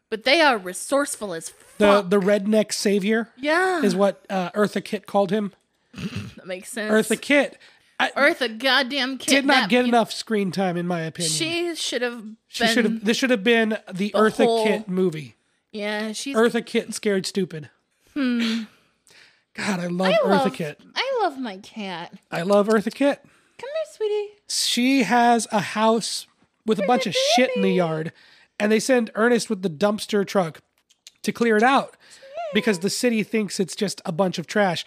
Speaker 2: but they are resourceful as
Speaker 1: The
Speaker 2: fuck.
Speaker 1: the redneck savior
Speaker 2: yeah,
Speaker 1: is what uh, Eartha Kitt called him.
Speaker 2: that makes sense.
Speaker 1: Eartha Kitt I,
Speaker 2: Eartha, goddamn kid.
Speaker 1: did not get enough screen time in my opinion.
Speaker 2: She should have been.
Speaker 1: She should have. This should have been the Eartha
Speaker 2: whole-
Speaker 1: Kitt movie.
Speaker 2: yeah, she's.
Speaker 1: Eartha Kitt scared stupid. God, I love
Speaker 2: Hmm. I
Speaker 1: Eartha
Speaker 2: love,
Speaker 1: Kitt.
Speaker 2: I love my cat.
Speaker 1: I love Eartha Kitt.
Speaker 2: Come here, sweetie.
Speaker 1: She has a house with a bunch of shit in the yard, and they send Ernest with the dumpster truck to clear it out because the city thinks it's just a bunch of trash.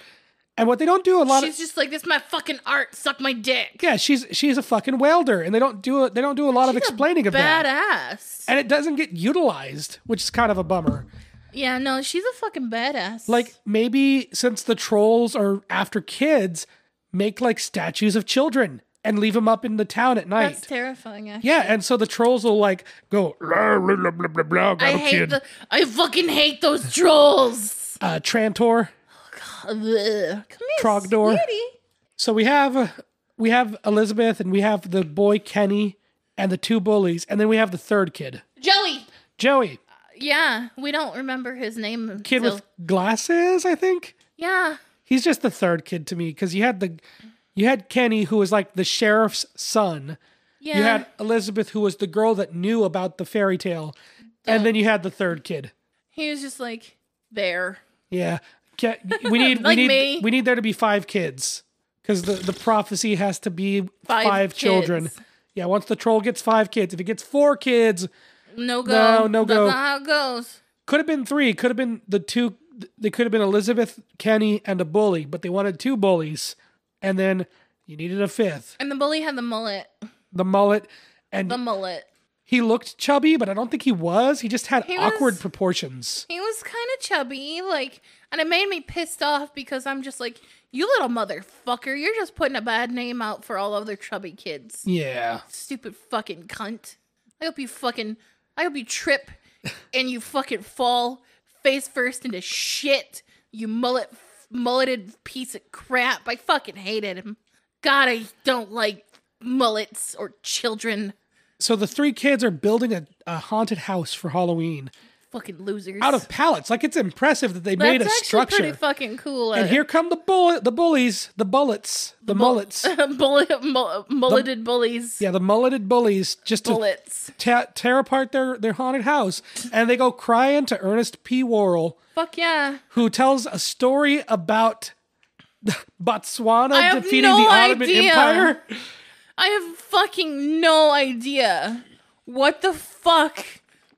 Speaker 1: And what they don't do a lot of
Speaker 2: She's just like, this is my fucking art. Suck my dick.
Speaker 1: yeah, she's she's a fucking welder, and they don't do it. They don't do a lot of explaining of that.
Speaker 2: Badass.
Speaker 1: and it doesn't get utilized, which is kind of a bummer.
Speaker 2: Yeah, no, she's a fucking badass.
Speaker 1: Like maybe since the trolls are after kids, make like statues of children and leave them up in the town at night.
Speaker 2: that's terrifying. Actually.
Speaker 1: yeah, and so the trolls will like go blah blah blah blah blah. blah got
Speaker 2: I
Speaker 1: a
Speaker 2: hate
Speaker 1: kid.
Speaker 2: the. I fucking hate those trolls.
Speaker 1: uh, Trantor.
Speaker 2: Ugh. Come here,
Speaker 1: Trogdor.
Speaker 2: sweetie.
Speaker 1: So we have we have Elizabeth and we have the boy Kenny and the two bullies, and then we have the third kid,
Speaker 2: Joey.
Speaker 1: Joey,
Speaker 2: Yeah, we don't remember his name.
Speaker 1: kid
Speaker 2: until-
Speaker 1: with glasses, I think.
Speaker 2: Yeah,
Speaker 1: he's just the third kid to me because you had the you had kenny who was like the sheriff's son
Speaker 2: yeah.
Speaker 1: you had elizabeth who was the girl that knew about the fairy tale and then you had the third kid
Speaker 2: he was just like there.
Speaker 1: yeah Ke- we need
Speaker 2: Like
Speaker 1: we need
Speaker 2: me.
Speaker 1: we need there to be five kids because the, the prophecy has to be five,
Speaker 2: Five
Speaker 1: children
Speaker 2: kids.
Speaker 1: yeah once the troll gets five kids if it gets four kids
Speaker 2: No go.
Speaker 1: no
Speaker 2: That's
Speaker 1: go.
Speaker 2: not how it goes.
Speaker 1: could have been three could have been the two they could have been elizabeth kenny and a bully but they wanted two bullies and then you needed a fifth
Speaker 2: And the bully had the mullet.
Speaker 1: the mullet and
Speaker 2: The mullet.
Speaker 1: he looked chubby but i don't think he was he just had
Speaker 2: He
Speaker 1: awkward
Speaker 2: was-
Speaker 1: proportions
Speaker 2: He was kind of chubby, like, and it made me pissed off because I'm just like, you little motherfucker, you're just putting a bad name out for all other chubby kids.
Speaker 1: yeah
Speaker 2: Stupid fucking cunt. I hope you fucking, I hope you trip and you fucking fall face first into shit, you mullet, mulleted piece of crap. I fucking hated him. God, I don't like mullets or children.
Speaker 1: so the three kids are building a, a haunted house for halloween
Speaker 2: Fucking losers.
Speaker 1: out of pallets like it's impressive that they
Speaker 2: That's
Speaker 1: made a
Speaker 2: actually pretty
Speaker 1: structure
Speaker 2: fucking cool.
Speaker 1: and
Speaker 2: uh,
Speaker 1: here come the bull the bullies the bullets the mullets
Speaker 2: bullet, mul- mulleted bullies.
Speaker 1: yeah the mulleted bullies just to
Speaker 2: Bullets.
Speaker 1: ta- tear apart their, their haunted house and they go crying to ernest p worrell
Speaker 2: Fuck yeah.
Speaker 1: who tells a story about botswana
Speaker 2: I have
Speaker 1: defeating
Speaker 2: no
Speaker 1: the ottoman
Speaker 2: idea.
Speaker 1: empire
Speaker 2: I have fucking no idea what the fuck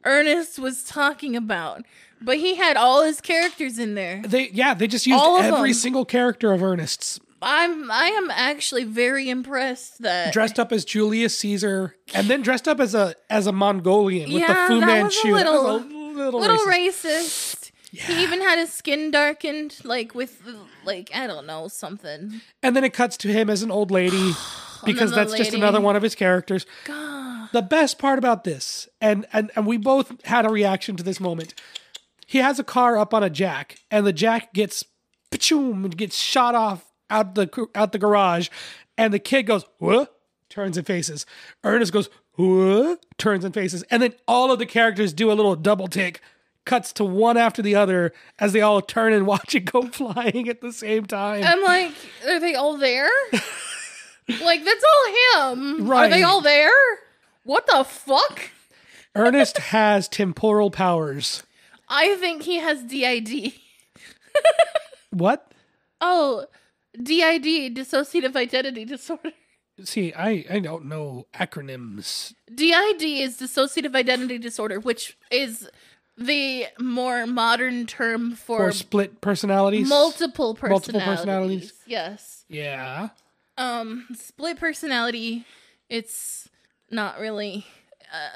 Speaker 2: Ernest was talking about, but he had all his characters in there.
Speaker 1: They yeah, they just used
Speaker 2: All of
Speaker 1: every
Speaker 2: them.
Speaker 1: single character of Ernest's
Speaker 2: I'm I am actually very impressed that
Speaker 1: dressed up as Julius Caesar and then dressed up as a as a Mongolian with the
Speaker 2: Yeah,
Speaker 1: Fu
Speaker 2: that was a
Speaker 1: Manchu. That was
Speaker 2: little-
Speaker 1: little
Speaker 2: little
Speaker 1: racist.
Speaker 2: racist. He even had his skin darkened, like with like I don't know something.
Speaker 1: And then it cuts to him as an old lady because
Speaker 2: the
Speaker 1: that's just
Speaker 2: lady.
Speaker 1: another one of his characters. The best part about this, and, and and we both had a reaction to this moment. He has a car up on a jack, and the jack gets pachoom and gets shot off out the gr- out the garage, and the kid goes what? Turns and faces. Ernest goes what? Turns and faces, and then all of the characters do a little double take. Cuts to one after the other as they all turn and watch it go flying at the same time.
Speaker 2: I'm like, are they all there? like that's all him. Are
Speaker 1: Right.
Speaker 2: they all there? What the fuck?
Speaker 1: Ernest has temporal powers.
Speaker 2: I think he has DID.
Speaker 1: What?
Speaker 2: Oh, DID, dissociative identity disorder.
Speaker 1: See, I, I don't know acronyms.
Speaker 2: DID is dissociative identity disorder, which is the more modern term for
Speaker 1: Or split personalities.
Speaker 2: multiple personalities.
Speaker 1: multiple personalities.
Speaker 2: Yes.
Speaker 1: yeah.
Speaker 2: Um, split personality. It's not really.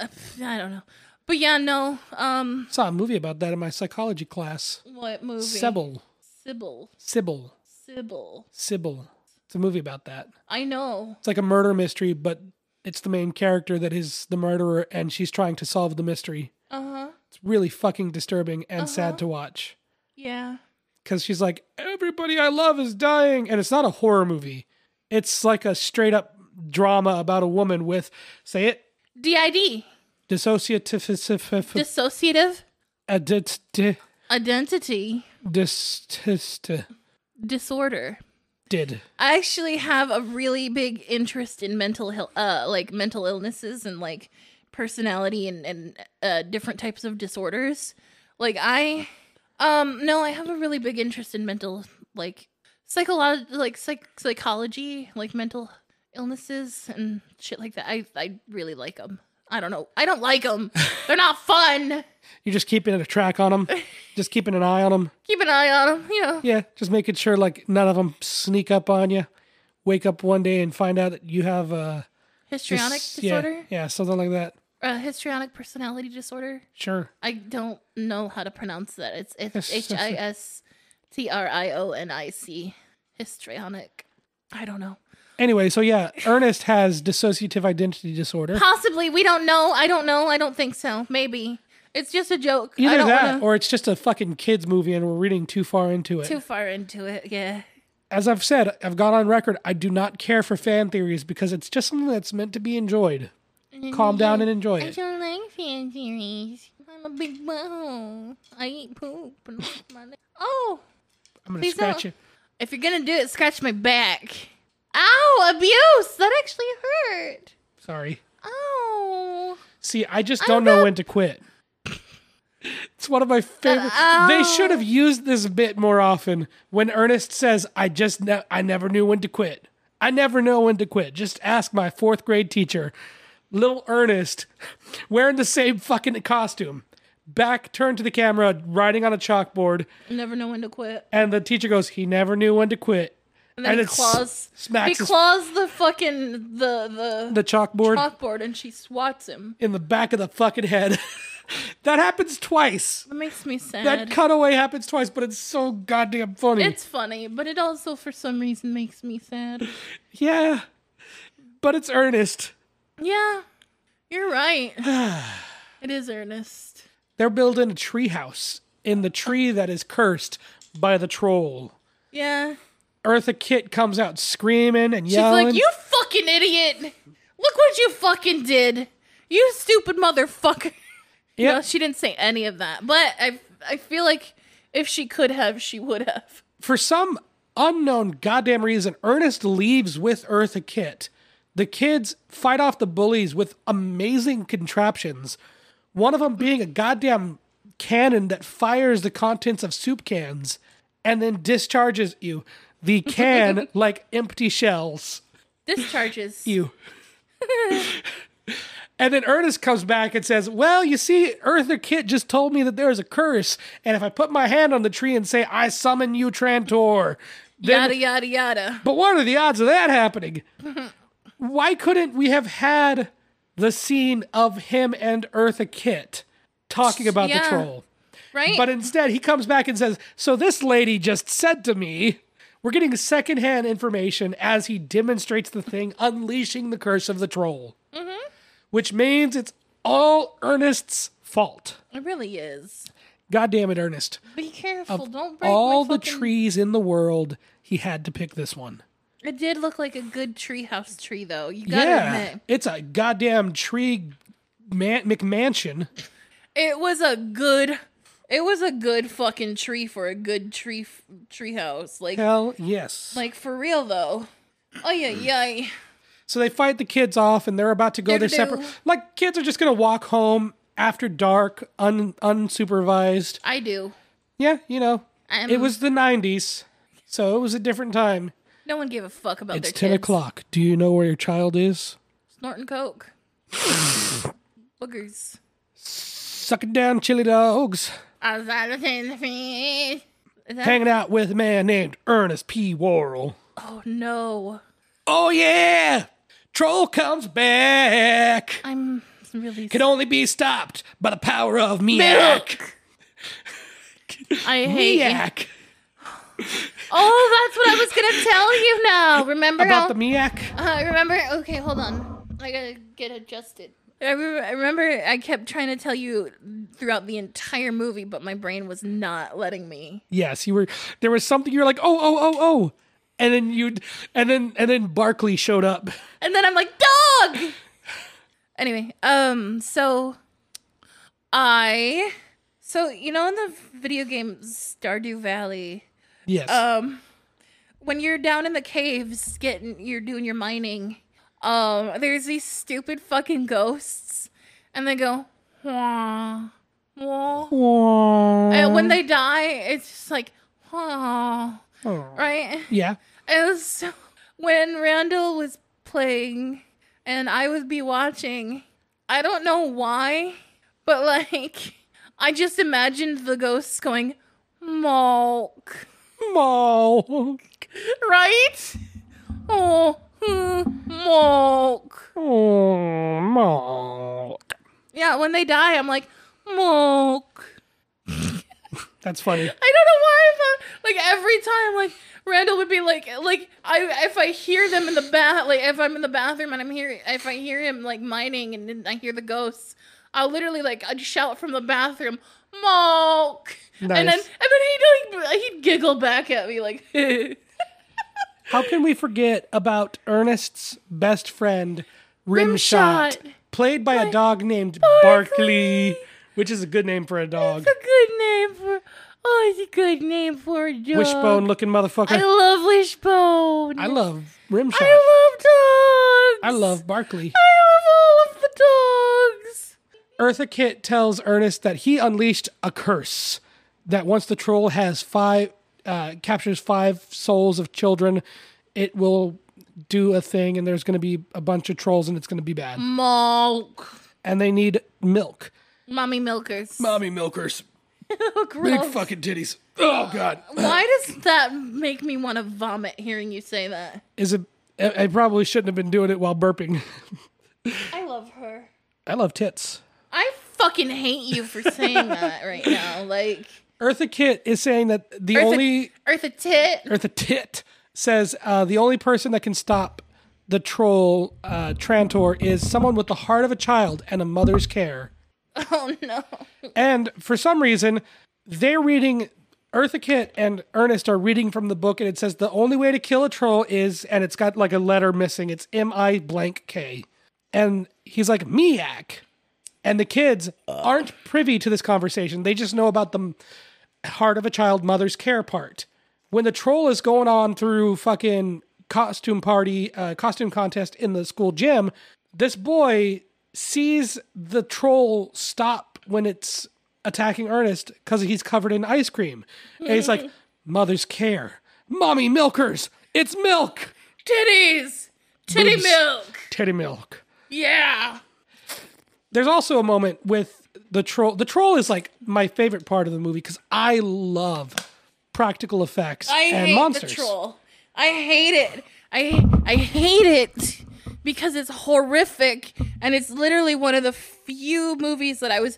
Speaker 2: Uh, I don't know. But yeah, no. Um,
Speaker 1: Saw a movie about that in my psychology class.
Speaker 2: what movie?
Speaker 1: Sybil.
Speaker 2: Sybil.
Speaker 1: Sybil.
Speaker 2: Sybil.
Speaker 1: Sybil. It's a movie about that.
Speaker 2: I know.
Speaker 1: It's like a murder mystery, but it's the main character that is the murderer and she's trying to solve the mystery.
Speaker 2: Uh huh.
Speaker 1: It's really fucking disturbing and
Speaker 2: Uh-huh.
Speaker 1: sad to watch.
Speaker 2: Yeah.
Speaker 1: Because she's like, everybody I love is dying. And it's not a horror movie, it's like a straight up drama about a woman with, say it,
Speaker 2: DID.
Speaker 1: dissociative.
Speaker 2: Dissociative
Speaker 1: a uh, dis- di-
Speaker 2: identity
Speaker 1: dis- dis- di-
Speaker 2: disorder.
Speaker 1: Did.
Speaker 2: I actually have a really big interest in mental health, uh, like mental illnesses and like personality and and uh, different types of disorders. Like I, um, no, I have a really big interest in mental, like psycholo- like psych- psychology, like mental illnesses and shit like that. I I really like them. I don't know. I don't like them. They're not fun.
Speaker 1: You're just keeping a track on them, just keeping an eye on them.
Speaker 2: Keep an eye on them. You know.
Speaker 1: Yeah, just making sure like none of them sneak up on you. Wake up one day and find out that you have a
Speaker 2: Histrionic
Speaker 1: yeah,
Speaker 2: disorder.
Speaker 1: Yeah, something like that.
Speaker 2: Uh, histrionic personality disorder.
Speaker 1: Sure.
Speaker 2: I don't know how to pronounce that. It's H I S T R I O N I C. Histrionic. I don't know.
Speaker 1: Anyway, so yeah, Ernest has dissociative identity disorder.
Speaker 2: Possibly. We don't know. I don't know. I don't think so. Maybe. It's just a joke. I
Speaker 1: Either
Speaker 2: don't
Speaker 1: that
Speaker 2: wanna-
Speaker 1: or it's just a fucking kids movie and we're reading too far into it.
Speaker 2: too far into it. Yeah.
Speaker 1: As I've said, I've gone on record, I do not care for fan theories because it's just something that's meant to be enjoyed. Calm down and enjoy
Speaker 2: I
Speaker 1: it.
Speaker 2: don't like fan theories. I'm a big bone. I eat poop. And wipe my leg. oh,
Speaker 1: I'm gonna
Speaker 2: please
Speaker 1: scratch
Speaker 2: don't.
Speaker 1: it.
Speaker 2: if you're gonna do it, scratch my back. Ow! Abuse. That actually hurt.
Speaker 1: Sorry.
Speaker 2: Ow.
Speaker 1: See, I just
Speaker 2: I
Speaker 1: don't
Speaker 2: don't
Speaker 1: know
Speaker 2: know.
Speaker 1: when to quit. It's one of my favorite.
Speaker 2: Uh,
Speaker 1: They should have used this bit more often. When Ernest says, "I just ne- I never knew when to quit. I never know when to quit." Just ask my fourth grade teacher, little Ernest, wearing the same fucking costume, back turned to the camera, writing on a chalkboard,
Speaker 2: Never know when to quit.
Speaker 1: and the teacher goes, "He never knew when to quit."
Speaker 2: And then he
Speaker 1: it's-
Speaker 2: claws,
Speaker 1: smacks
Speaker 2: he
Speaker 1: his-
Speaker 2: claws the fucking the the,
Speaker 1: The chalkboard
Speaker 2: chalkboard, and she swats him.
Speaker 1: in the back of the fucking head. that happens twice.
Speaker 2: It makes me sad.
Speaker 1: That cutaway happens twice, but it's so goddamn funny.
Speaker 2: it's funny, but it also, for some reason, makes me sad.
Speaker 1: yeah, but it's earnest.
Speaker 2: Yeah, you're right. it is earnest.
Speaker 1: They're building a tree house in the tree that is cursed by the troll.
Speaker 2: Yeah,
Speaker 1: Eartha Kitt comes out screaming and
Speaker 2: she's
Speaker 1: yelling.
Speaker 2: like, "You fucking idiot! Look what you fucking did! You stupid motherfucker!"
Speaker 1: Yeah.
Speaker 2: No, she didn't say any of that, but I I feel like if she could have, she would have.
Speaker 1: For some unknown goddamn reason, Ernest leaves with Eartha Kitt. The kids fight off the bullies with amazing contraptions. One of them being a goddamn cannon that fires the contents of soup cans and then discharges you. The can like empty shells.
Speaker 2: Discharges.
Speaker 1: You. and then Ernest comes back and says, Well, you see, Eartha Kitt just told me that there is a curse, and if I put my hand on the tree and say, I summon you, Trantor, then.
Speaker 2: yada yada yada.
Speaker 1: But what are the odds of that happening? Why couldn't we have had the scene of him and Eartha Kitt talking about the
Speaker 2: Yeah.
Speaker 1: troll?
Speaker 2: Right?
Speaker 1: But instead, he comes back and says, So this lady just said to me, we're getting secondhand information as he demonstrates the thing, unleashing the curse of the troll. Mm-hmm. Which means it's all Ernest's fault.
Speaker 2: It really is.
Speaker 1: God damn it, Ernest.
Speaker 2: Be careful. Don't break
Speaker 1: all
Speaker 2: my
Speaker 1: the
Speaker 2: fucking-
Speaker 1: trees in the world, he had to pick this one.
Speaker 2: It did look like a good treehouse tree, though. You gotta admit,
Speaker 1: It's a goddamn tree man- McMansion.
Speaker 2: it was a good. It was a good fucking tree for a good tree f- treehouse. Like,
Speaker 1: Hell yes.
Speaker 2: like for real though. Oh yeah, yeah.
Speaker 1: So they fight the kids off, and they're about to go their
Speaker 2: Doo-doo-doo.
Speaker 1: separate. Like kids are just gonna walk home after dark, un- unsupervised.
Speaker 2: I do.
Speaker 1: Yeah, you know,
Speaker 2: I'm,
Speaker 1: it was the '90s, so it was a different time.
Speaker 2: No one gave a fuck about
Speaker 1: It's
Speaker 2: their
Speaker 1: ten
Speaker 2: kids.
Speaker 1: o'clock. Do you know where your child is?
Speaker 2: Snorting coke. Boogers.
Speaker 1: Sucking down chili dogs.
Speaker 2: Outside of the feet. Is that-
Speaker 1: Hanging out with a man named Ernest P. Worrell.
Speaker 2: oh no.
Speaker 1: Oh, yeah! Troll comes back!
Speaker 2: I'm really
Speaker 1: Can only be stopped by the power of Miak.
Speaker 2: I hate you.
Speaker 1: Miak!
Speaker 2: Oh, that's what I was gonna tell you now. Remember
Speaker 1: About
Speaker 2: how-
Speaker 1: the Miak?
Speaker 2: Uh, I remember. Okay, hold on. I gotta get adjusted. I, re- I remember I kept trying to tell you throughout the entire movie, but my brain was not letting me.
Speaker 1: Yes, you were. There was something you were like, oh, oh, oh, oh, and then you, and then and then Barkley showed up.
Speaker 2: And then I'm like, dog. anyway, um, so I, so you know, in the video game Stardew Valley,
Speaker 1: Yes.
Speaker 2: um when you're down in the caves getting you're doing your mining um there's these stupid fucking ghosts and they go wah wah and when they die it's just like wah right
Speaker 1: yeah.
Speaker 2: it was so- when Randall was playing and I would be watching. I don't know why, but like I just imagined the ghosts going Malk,
Speaker 1: Mall.
Speaker 2: right? Oh, hmm, Malk.
Speaker 1: Oh, mall.
Speaker 2: Yeah, when they die, I'm like Malk.
Speaker 1: That's funny.
Speaker 2: I don't know why, but like every time, like Randall would be like, like I if I hear them in the bath, like if I'm in the bathroom and I'm here, if I hear him like mining and then I hear the ghosts, I'll literally like I'd shout from the bathroom, Malk, and then
Speaker 1: Nice.
Speaker 2: and then he'd like he'd giggle back at me like,
Speaker 1: How can we forget about Ernest's best friend, Rimshot,
Speaker 2: Rimshot.
Speaker 1: played by a dog named
Speaker 2: Barkley.
Speaker 1: Barkley, which is a good name for a dog.
Speaker 2: it's a good name for, oh, it's a good name for a dog.
Speaker 1: Wishbone looking
Speaker 2: I
Speaker 1: motherfucker.
Speaker 2: love wishbone.
Speaker 1: I love Rimshot.
Speaker 2: I love dogs.
Speaker 1: I love Barkley.
Speaker 2: I love all of the dogs.
Speaker 1: Eartha Kitt tells Ernest that he unleashed a curse that once the troll has five uh, captures five souls of children, it will do a thing, and there's going to be a bunch of trolls, and it's going to be bad.
Speaker 2: Malk.
Speaker 1: And they need milk.
Speaker 2: Mommy milkers.
Speaker 1: Mommy milkers,
Speaker 2: Oh, gross.
Speaker 1: fucking titties. Oh god,
Speaker 2: Why does that make me want to vomit hearing you say that?
Speaker 1: is it? I I probably shouldn't have been doing it while burping.
Speaker 2: I love her.
Speaker 1: I love tits.
Speaker 2: I fucking hate you for saying that right now. Like
Speaker 1: Eartha Kitt is saying that the
Speaker 2: Eartha,
Speaker 1: only
Speaker 2: Eartha tit.
Speaker 1: Eartha Tit says uh, the only person that can stop the troll uh, Trantor is someone with the heart of a child and a mother's care.
Speaker 2: Oh no.
Speaker 1: And for some reason, they're reading. Eartha Kitt and Ernest are reading from the book, and it says the only way to kill a troll is, and it's got like a letter missing. It's M I blank K, and he's like Miak, and the kids aren't privy to this conversation. They just know about the heart of a child mother's care part. When the troll is going on through fucking costume party, uh, costume contest in the school gym, this boy sees the troll stop when it's attacking Ernest because he's covered in ice cream. And he's like, Mother's care, mommy milkers, it's milk,
Speaker 2: Titties. Titty
Speaker 1: Boobs.
Speaker 2: milk.
Speaker 1: teddy milk.
Speaker 2: Yeah.
Speaker 1: there's also a moment with the troll. The troll is like my favorite part of the movie because I love practical effects
Speaker 2: I
Speaker 1: and
Speaker 2: hate
Speaker 1: monsters.
Speaker 2: the troll. I hate it. I I hate it because it's horrific and it's literally one of the few movies that I was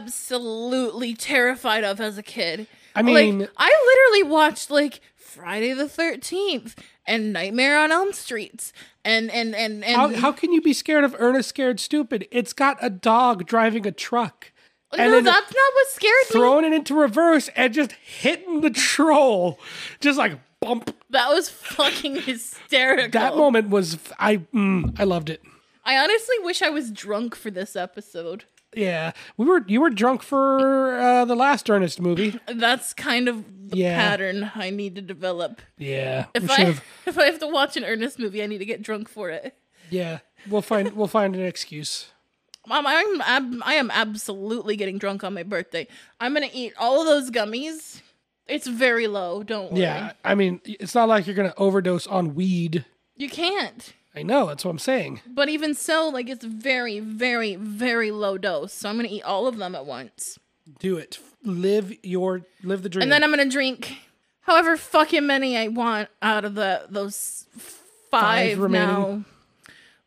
Speaker 2: absolutely terrified of as a kid.
Speaker 1: I mean-
Speaker 2: like, I literally watched like Friday the Thirteenth and Nightmare on Elm Street and and and and
Speaker 1: How, how can you be scared of Ernest Scared Stupid? It's got a dog driving a truck and
Speaker 2: no,
Speaker 1: then
Speaker 2: that's not what scared me.
Speaker 1: throwing it into reverse and just hitting the troll, just like bump.
Speaker 2: That was fucking hysterical.
Speaker 1: That moment was I mm, I loved it.
Speaker 2: I honestly wish I was drunk for this episode.
Speaker 1: Yeah, we were you were drunk for uh, the last Ernest movie.
Speaker 2: That's kind of the
Speaker 1: Yeah.
Speaker 2: pattern I need to develop.
Speaker 1: Yeah, we
Speaker 2: If
Speaker 1: should
Speaker 2: I
Speaker 1: have-
Speaker 2: if I have to watch an Ernest movie, I need to get drunk for it.
Speaker 1: yeah we'll find we'll find an excuse.
Speaker 2: Mom, I'm, I'm I am absolutely getting drunk on my birthday. I'm gonna eat all of those gummies. It's very low. Don't worry.
Speaker 1: Yeah, I mean, it's not like you're gonna overdose on weed.
Speaker 2: You can't.
Speaker 1: I know, that's what I'm saying.
Speaker 2: But even so, like it's very, very, very low dose. So I'm gonna eat all of them at once.
Speaker 1: Do it. Live your live the dream.
Speaker 2: And then I'm gonna drink however fucking many I want out of the those five,
Speaker 1: Five remaining.
Speaker 2: now.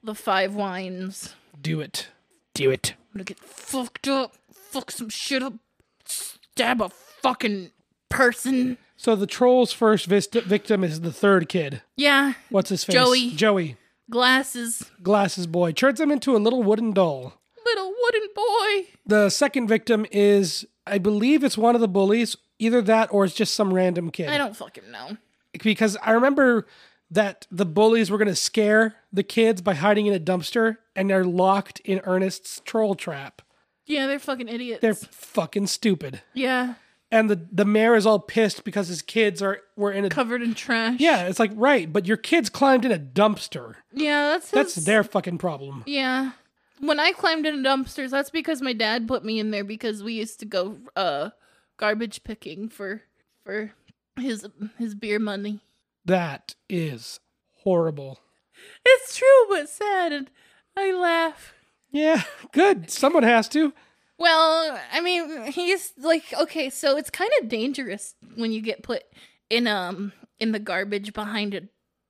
Speaker 2: The five wines.
Speaker 1: do it. Do it.
Speaker 2: I'm gonna get fucked up, fuck some shit up, stab a fucking person.
Speaker 1: So the troll's first vis- victim is the third kid.
Speaker 2: Yeah.
Speaker 1: What's his face?
Speaker 2: Joey.
Speaker 1: Joey.
Speaker 2: Glasses.
Speaker 1: Glasses boy. Turns him into a little wooden doll.
Speaker 2: Little wooden boy.
Speaker 1: The second victim is, I believe it's one of the bullies. Either that or it's just some random kid.
Speaker 2: I don't fucking know.
Speaker 1: because I remember that the bullies were going to scare the kids by hiding in a dumpster and they're locked in Ernest's troll trap.
Speaker 2: Yeah, they're fucking idiots.
Speaker 1: They're fucking stupid.
Speaker 2: yeah.
Speaker 1: And the, the mayor is all pissed because his kids are were in a
Speaker 2: Covered in trash.
Speaker 1: Yeah, it's like right, but your kids climbed in a dumpster.
Speaker 2: Yeah, that's
Speaker 1: That's
Speaker 2: his-
Speaker 1: their fucking problem.
Speaker 2: Yeah. When I climbed into dumpsters, that's because my dad put me in there because we used to go uh garbage picking for for his his beer money.
Speaker 1: That is horrible.
Speaker 2: It's true but sad and I laugh.
Speaker 1: Yeah, good. Someone has to.
Speaker 2: Well, I mean, he's like okay, so it's kind of dangerous when you get put in um in the garbage behind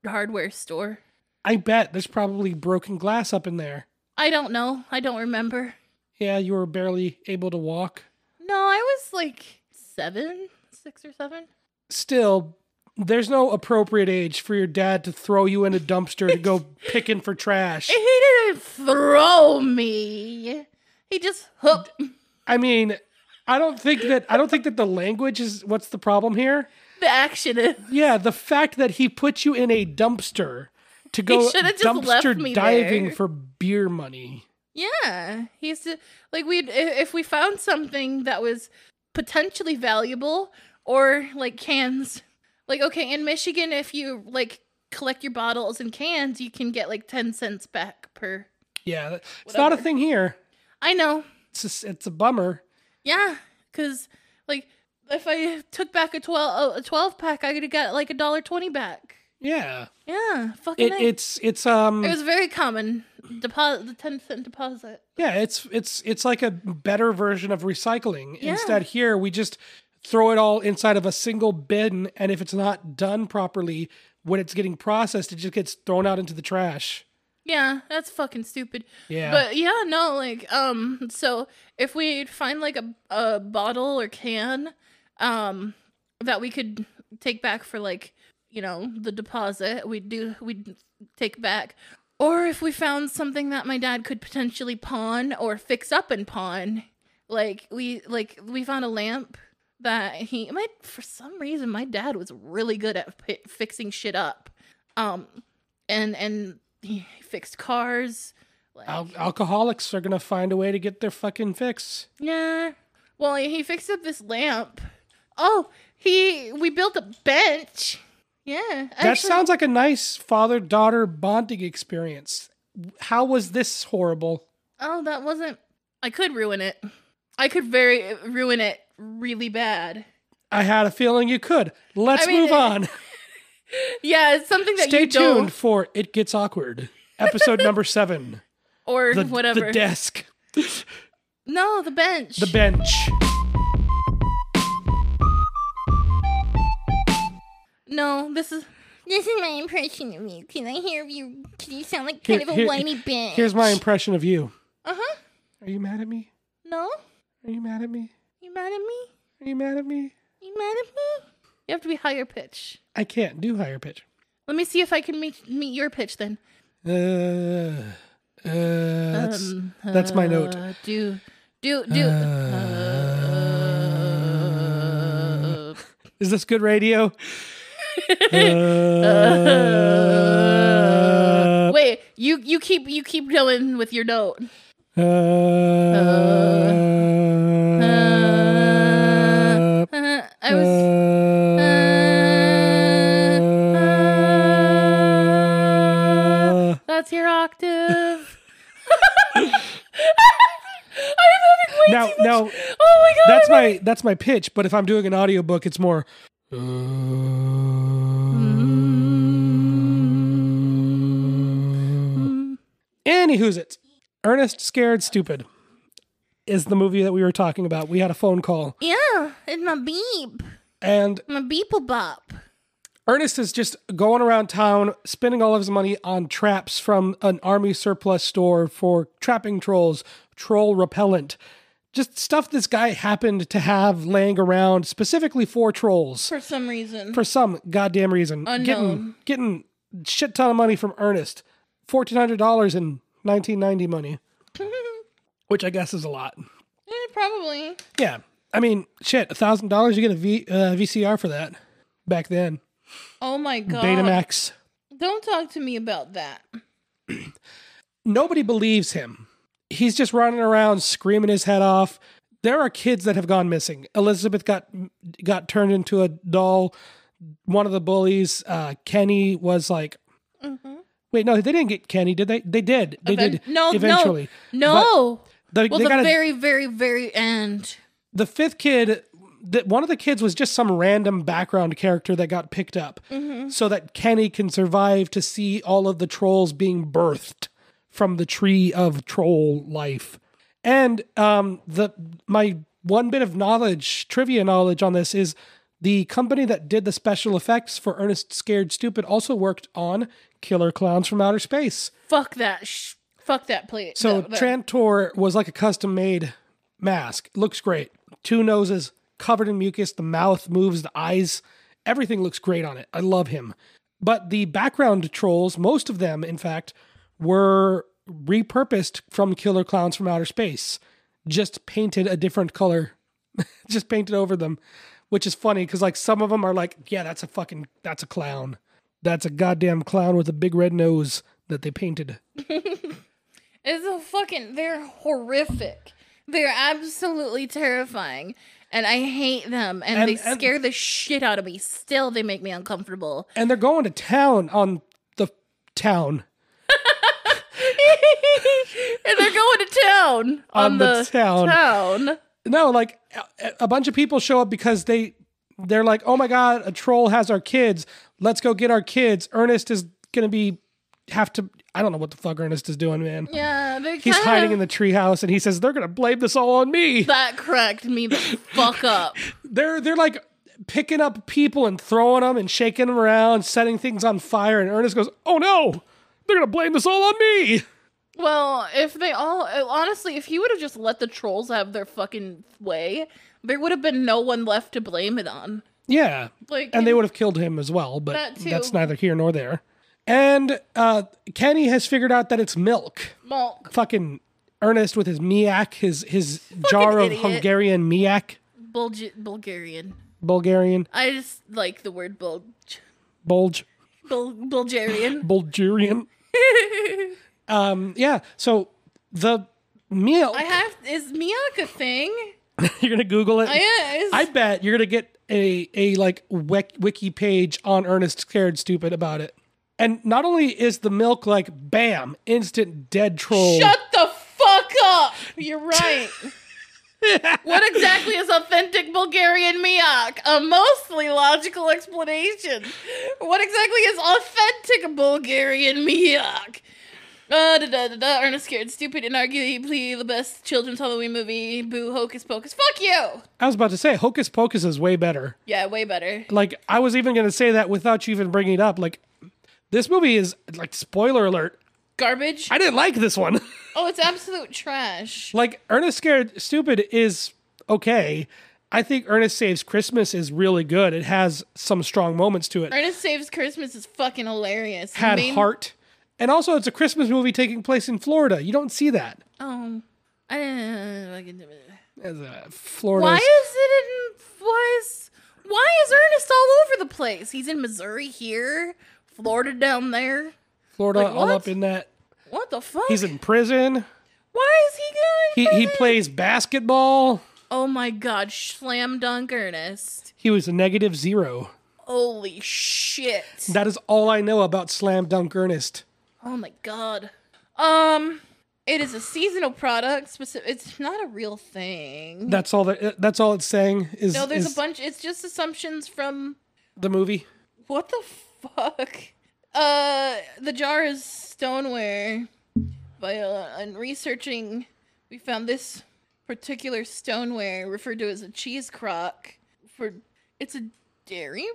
Speaker 2: a hardware store.
Speaker 1: I bet there's probably broken glass up in there.
Speaker 2: I don't know. I don't remember.
Speaker 1: Yeah, you were barely able to walk.
Speaker 2: No, I was like 7, 6 or 7.
Speaker 1: Still, there's no appropriate age for your dad to throw you in a dumpster to go picking for trash.
Speaker 2: He didn't throw me. He just hooked.
Speaker 1: I mean, I don't think that I don't think that the language is what's the problem here.
Speaker 2: The action is.
Speaker 1: Yeah, the fact that he put you in a dumpster to go
Speaker 2: shoulda just
Speaker 1: dumpster
Speaker 2: left me
Speaker 1: diving
Speaker 2: there.
Speaker 1: for beer money.
Speaker 2: Yeah, he's to, like we if we found something that was potentially valuable or like cans. Like okay, in Michigan, if you like collect your bottles and cans, you can get like ten cents back per.
Speaker 1: Yeah, that- it's not a
Speaker 2: Whatever.
Speaker 1: thing here.
Speaker 2: I know.
Speaker 1: It's just, it's a bummer.
Speaker 2: Yeah, because like if I took back a twelve a twelve pack, I could have got like a dollar twenty back.
Speaker 1: Yeah,
Speaker 2: Yeah, fucking.
Speaker 1: it,
Speaker 2: A.
Speaker 1: it's it's um
Speaker 2: It was very common. Deposit the ten cent deposit.
Speaker 1: yeah it's it's it's like a better version of recycling.
Speaker 2: Yeah.
Speaker 1: Instead, here we just throw it all inside of a single bin, and if it's not done properly when it's getting processed, it just gets thrown out into the trash.
Speaker 2: Yeah, that's fucking stupid.
Speaker 1: Yeah.
Speaker 2: But yeah, no, like, um, so if we find like a a bottle or can, um, that we could take back for like, you know, the deposit, we'd do we'd take back. Or if we found something that my dad could potentially pawn or fix up and pawn, like we like we found a lamp that he my for some reason my dad was really good at fi fixing shit up um and and he fixed cars like
Speaker 1: Al- alcoholics are gonna find a way to get their fucking fix.
Speaker 2: yeah well he fixed up this lamp oh he we built a bench yeah
Speaker 1: That sounds like a nice father daughter bonding experience. How was this horrible?
Speaker 2: oh that wasn't i could ruin it i could very ruin it really bad
Speaker 1: I had a feeling you could. Let's
Speaker 2: I mean,
Speaker 1: move on.
Speaker 2: yeah it's something that
Speaker 1: Stay
Speaker 2: you
Speaker 1: tuned
Speaker 2: don't
Speaker 1: for It Gets Awkward, episode number seven.
Speaker 2: or
Speaker 1: The,
Speaker 2: whatever
Speaker 1: the desk,
Speaker 2: no the bench
Speaker 1: the bench.
Speaker 2: no this is
Speaker 4: This is my impression of you. Can I hear you? Can you sound like
Speaker 1: Here-
Speaker 4: kind of a
Speaker 1: here-
Speaker 4: whiny bitch?
Speaker 1: Here's my impression of you.
Speaker 2: uh-huh
Speaker 1: Are you mad at me?
Speaker 2: no
Speaker 1: Are you mad at me?
Speaker 2: you mad at me
Speaker 1: Are you mad at me?
Speaker 2: you mad at me you have to be higher pitch
Speaker 1: I can't do higher pitch.
Speaker 2: Let me see if I can meet meet your pitch then.
Speaker 1: Uh, uh, that's, that's my note.
Speaker 2: Um, Uh, do do do. Uh,
Speaker 1: Is this good radio? Uh,
Speaker 2: wait, you you keep you keep going with your note.
Speaker 1: uh,
Speaker 2: Uh, I was. Uh, that's your octave. I'm having way
Speaker 1: now,
Speaker 2: too much.
Speaker 1: now
Speaker 2: oh my god!
Speaker 1: that's my that's my pitch. But if I'm doing an audiobook, it's more. uh,
Speaker 2: Mm.
Speaker 1: Any who's it? Ernest Scared Stupid is the movie that we were talking about. We had a phone call,
Speaker 2: Yeah, it's my beep.
Speaker 1: and
Speaker 2: My beep a bop.
Speaker 1: Ernest is just going around town spending all of his money on traps from an army surplus store for trapping trolls, troll repellent, just stuff this guy happened to have laying around specifically for trolls
Speaker 2: For some reason.
Speaker 1: for some goddamn reason.
Speaker 2: Unknown.
Speaker 1: Getting getting shit ton of money from Ernest. Fourteen hundred dollars in nineteen ninety money. Which I guess is a lot.
Speaker 2: Yeah, Eh, probably.
Speaker 1: Yeah. I mean, shit, thousand dollars you get a v, uh, VCR for that back then.
Speaker 2: Oh my god.
Speaker 1: Betamax.
Speaker 2: Don't talk to me about that.
Speaker 1: nobody believes him. He's just running around screaming his head off. There are kids that have gone missing. Elizabeth got got turned into a doll. One of the bullies, uh, Kenny, was like, "Wait, no, they didn't get Kenny, did they? They did. They
Speaker 2: Even-
Speaker 1: did.
Speaker 2: Mm-hmm. no, no,
Speaker 1: eventually.
Speaker 2: No.
Speaker 1: But they,
Speaker 2: well,
Speaker 1: they
Speaker 2: the
Speaker 1: got a,
Speaker 2: very, very, very end.
Speaker 1: the fifth kid. That one of the kids was just some random background character that got picked up, so that Kenny can survive to see all of the trolls being birthed from the tree of troll life. And um, the my one bit of knowledge, trivia knowledge on this is the company that did the special effects for Ernest Scared Stupid also worked on Killer Clowns from Outer Space.
Speaker 2: Fuck that. Sh- fuck that plate.
Speaker 1: So
Speaker 2: that- that-
Speaker 1: Trantor was like a custom made mask. Looks great. Two noses covered in mucus. The mouth moves. The eyes. Everything looks great on it. I love him. But the background trolls, most of them, in fact, were repurposed from Killer Clowns from Outer Space. Just painted a different color. just painted over them, which is funny because like some of them are like, yeah, that's a fucking that's a clown. That's a goddamn clown with a big red nose that they painted.
Speaker 2: It's a fucking. They're horrific. They're absolutely terrifying, and I hate them. And,
Speaker 1: And-
Speaker 2: they
Speaker 1: and-
Speaker 2: scare the shit out of me. Still, they make me uncomfortable.
Speaker 1: and they're going to town on the town
Speaker 2: and they're going to town on,
Speaker 1: On the town.
Speaker 2: town.
Speaker 1: no like a, a bunch of people show up because they they're like oh my god a troll has our kids let's go get our kids ernest is gonna be have to i don't know what the fuck ernest is doing man
Speaker 2: Yeah, they
Speaker 1: he's
Speaker 2: kinda-
Speaker 1: hiding in the treehouse and he says they're gonna blame this all on me
Speaker 2: That cracked me the fuck up.
Speaker 1: they're they're like picking up people and throwing them and shaking them around setting things on fire and ernest goes oh no they're gonna blame this all on me
Speaker 2: Well, if they all honestly, if he would have just let the trolls have their fucking way, there would have been no one left to blame it on.
Speaker 1: yeah
Speaker 2: Like,
Speaker 1: and they would have killed him as well, but
Speaker 2: That too.
Speaker 1: that's neither here nor there. And uh, Kenny has figured out that it's milk.
Speaker 2: Malk.
Speaker 1: Fucking Ernest with his miak, his his jar of
Speaker 2: idiot.
Speaker 1: Hungarian miak,
Speaker 2: Bulgi- Bulgarian.
Speaker 1: Bulgarian
Speaker 2: I just like the word Bul-
Speaker 1: bulge,
Speaker 2: Bul- Bulgarian.
Speaker 1: Bulgarian. um, yeah. So the milk,
Speaker 2: I have is Miak a thing?
Speaker 1: you're gonna Google it.
Speaker 2: I is.
Speaker 1: I bet you're gonna get a a like wik- wiki page on Ernest Scared Stupid about it. And not only is the milk like bam, instant dead troll.
Speaker 2: Shut the fuck up. You're right. what exactly is authentic Bulgarian miak? A mostly logical explanation. What exactly is authentic Bulgarian miak? Uh, da, da, da, da, Ernest Scared Stupid and arguably the best children's Halloween movie. Boo, Hocus Pocus. Fuck you!
Speaker 1: I was about to say Hocus Pocus is way better.
Speaker 2: Yeah, way better.
Speaker 1: Like I was even going to say that without you even bringing it up. Like this movie is like spoiler alert.
Speaker 2: Garbage.
Speaker 1: I didn't like this one.
Speaker 2: Oh, it's absolute trash.
Speaker 1: like Ernest Scared Stupid is okay. I think Ernest Saves Christmas is really good. It has some strong moments to it.
Speaker 2: Ernest Saves Christmas is fucking hilarious. The
Speaker 1: Had
Speaker 2: main-
Speaker 1: heart. And also it's a Christmas movie taking place in Florida. You don't see that.
Speaker 2: Oh, I didn't. fucking-
Speaker 1: As a Florida
Speaker 2: Why is it in why is why is Ernest all over the place? He's in Missouri here, Florida down there.
Speaker 1: Florida
Speaker 2: like,
Speaker 1: all
Speaker 2: what?
Speaker 1: up in that.
Speaker 2: What the fuck?
Speaker 1: He's in prison.
Speaker 2: why is he
Speaker 1: He
Speaker 2: going?
Speaker 1: he
Speaker 2: for-
Speaker 1: plays basketball.
Speaker 2: oh my god, slam dunk Ernest.
Speaker 1: He was a negative 0.
Speaker 2: Holy shit.
Speaker 1: That is all I know about Slam Dunk Ernest.
Speaker 2: Oh my god. Um it is a seasonal product. Specific. It's not a real thing.
Speaker 1: That's all that. uh, That's all it's saying is,
Speaker 2: no, there's
Speaker 1: is
Speaker 2: a bunch. It's just assumptions from
Speaker 1: the movie.
Speaker 2: What the fuck? Uh, the jar is stoneware. by uh, on researching, we found this particular stoneware referred to as a cheese crock. For it's a dairy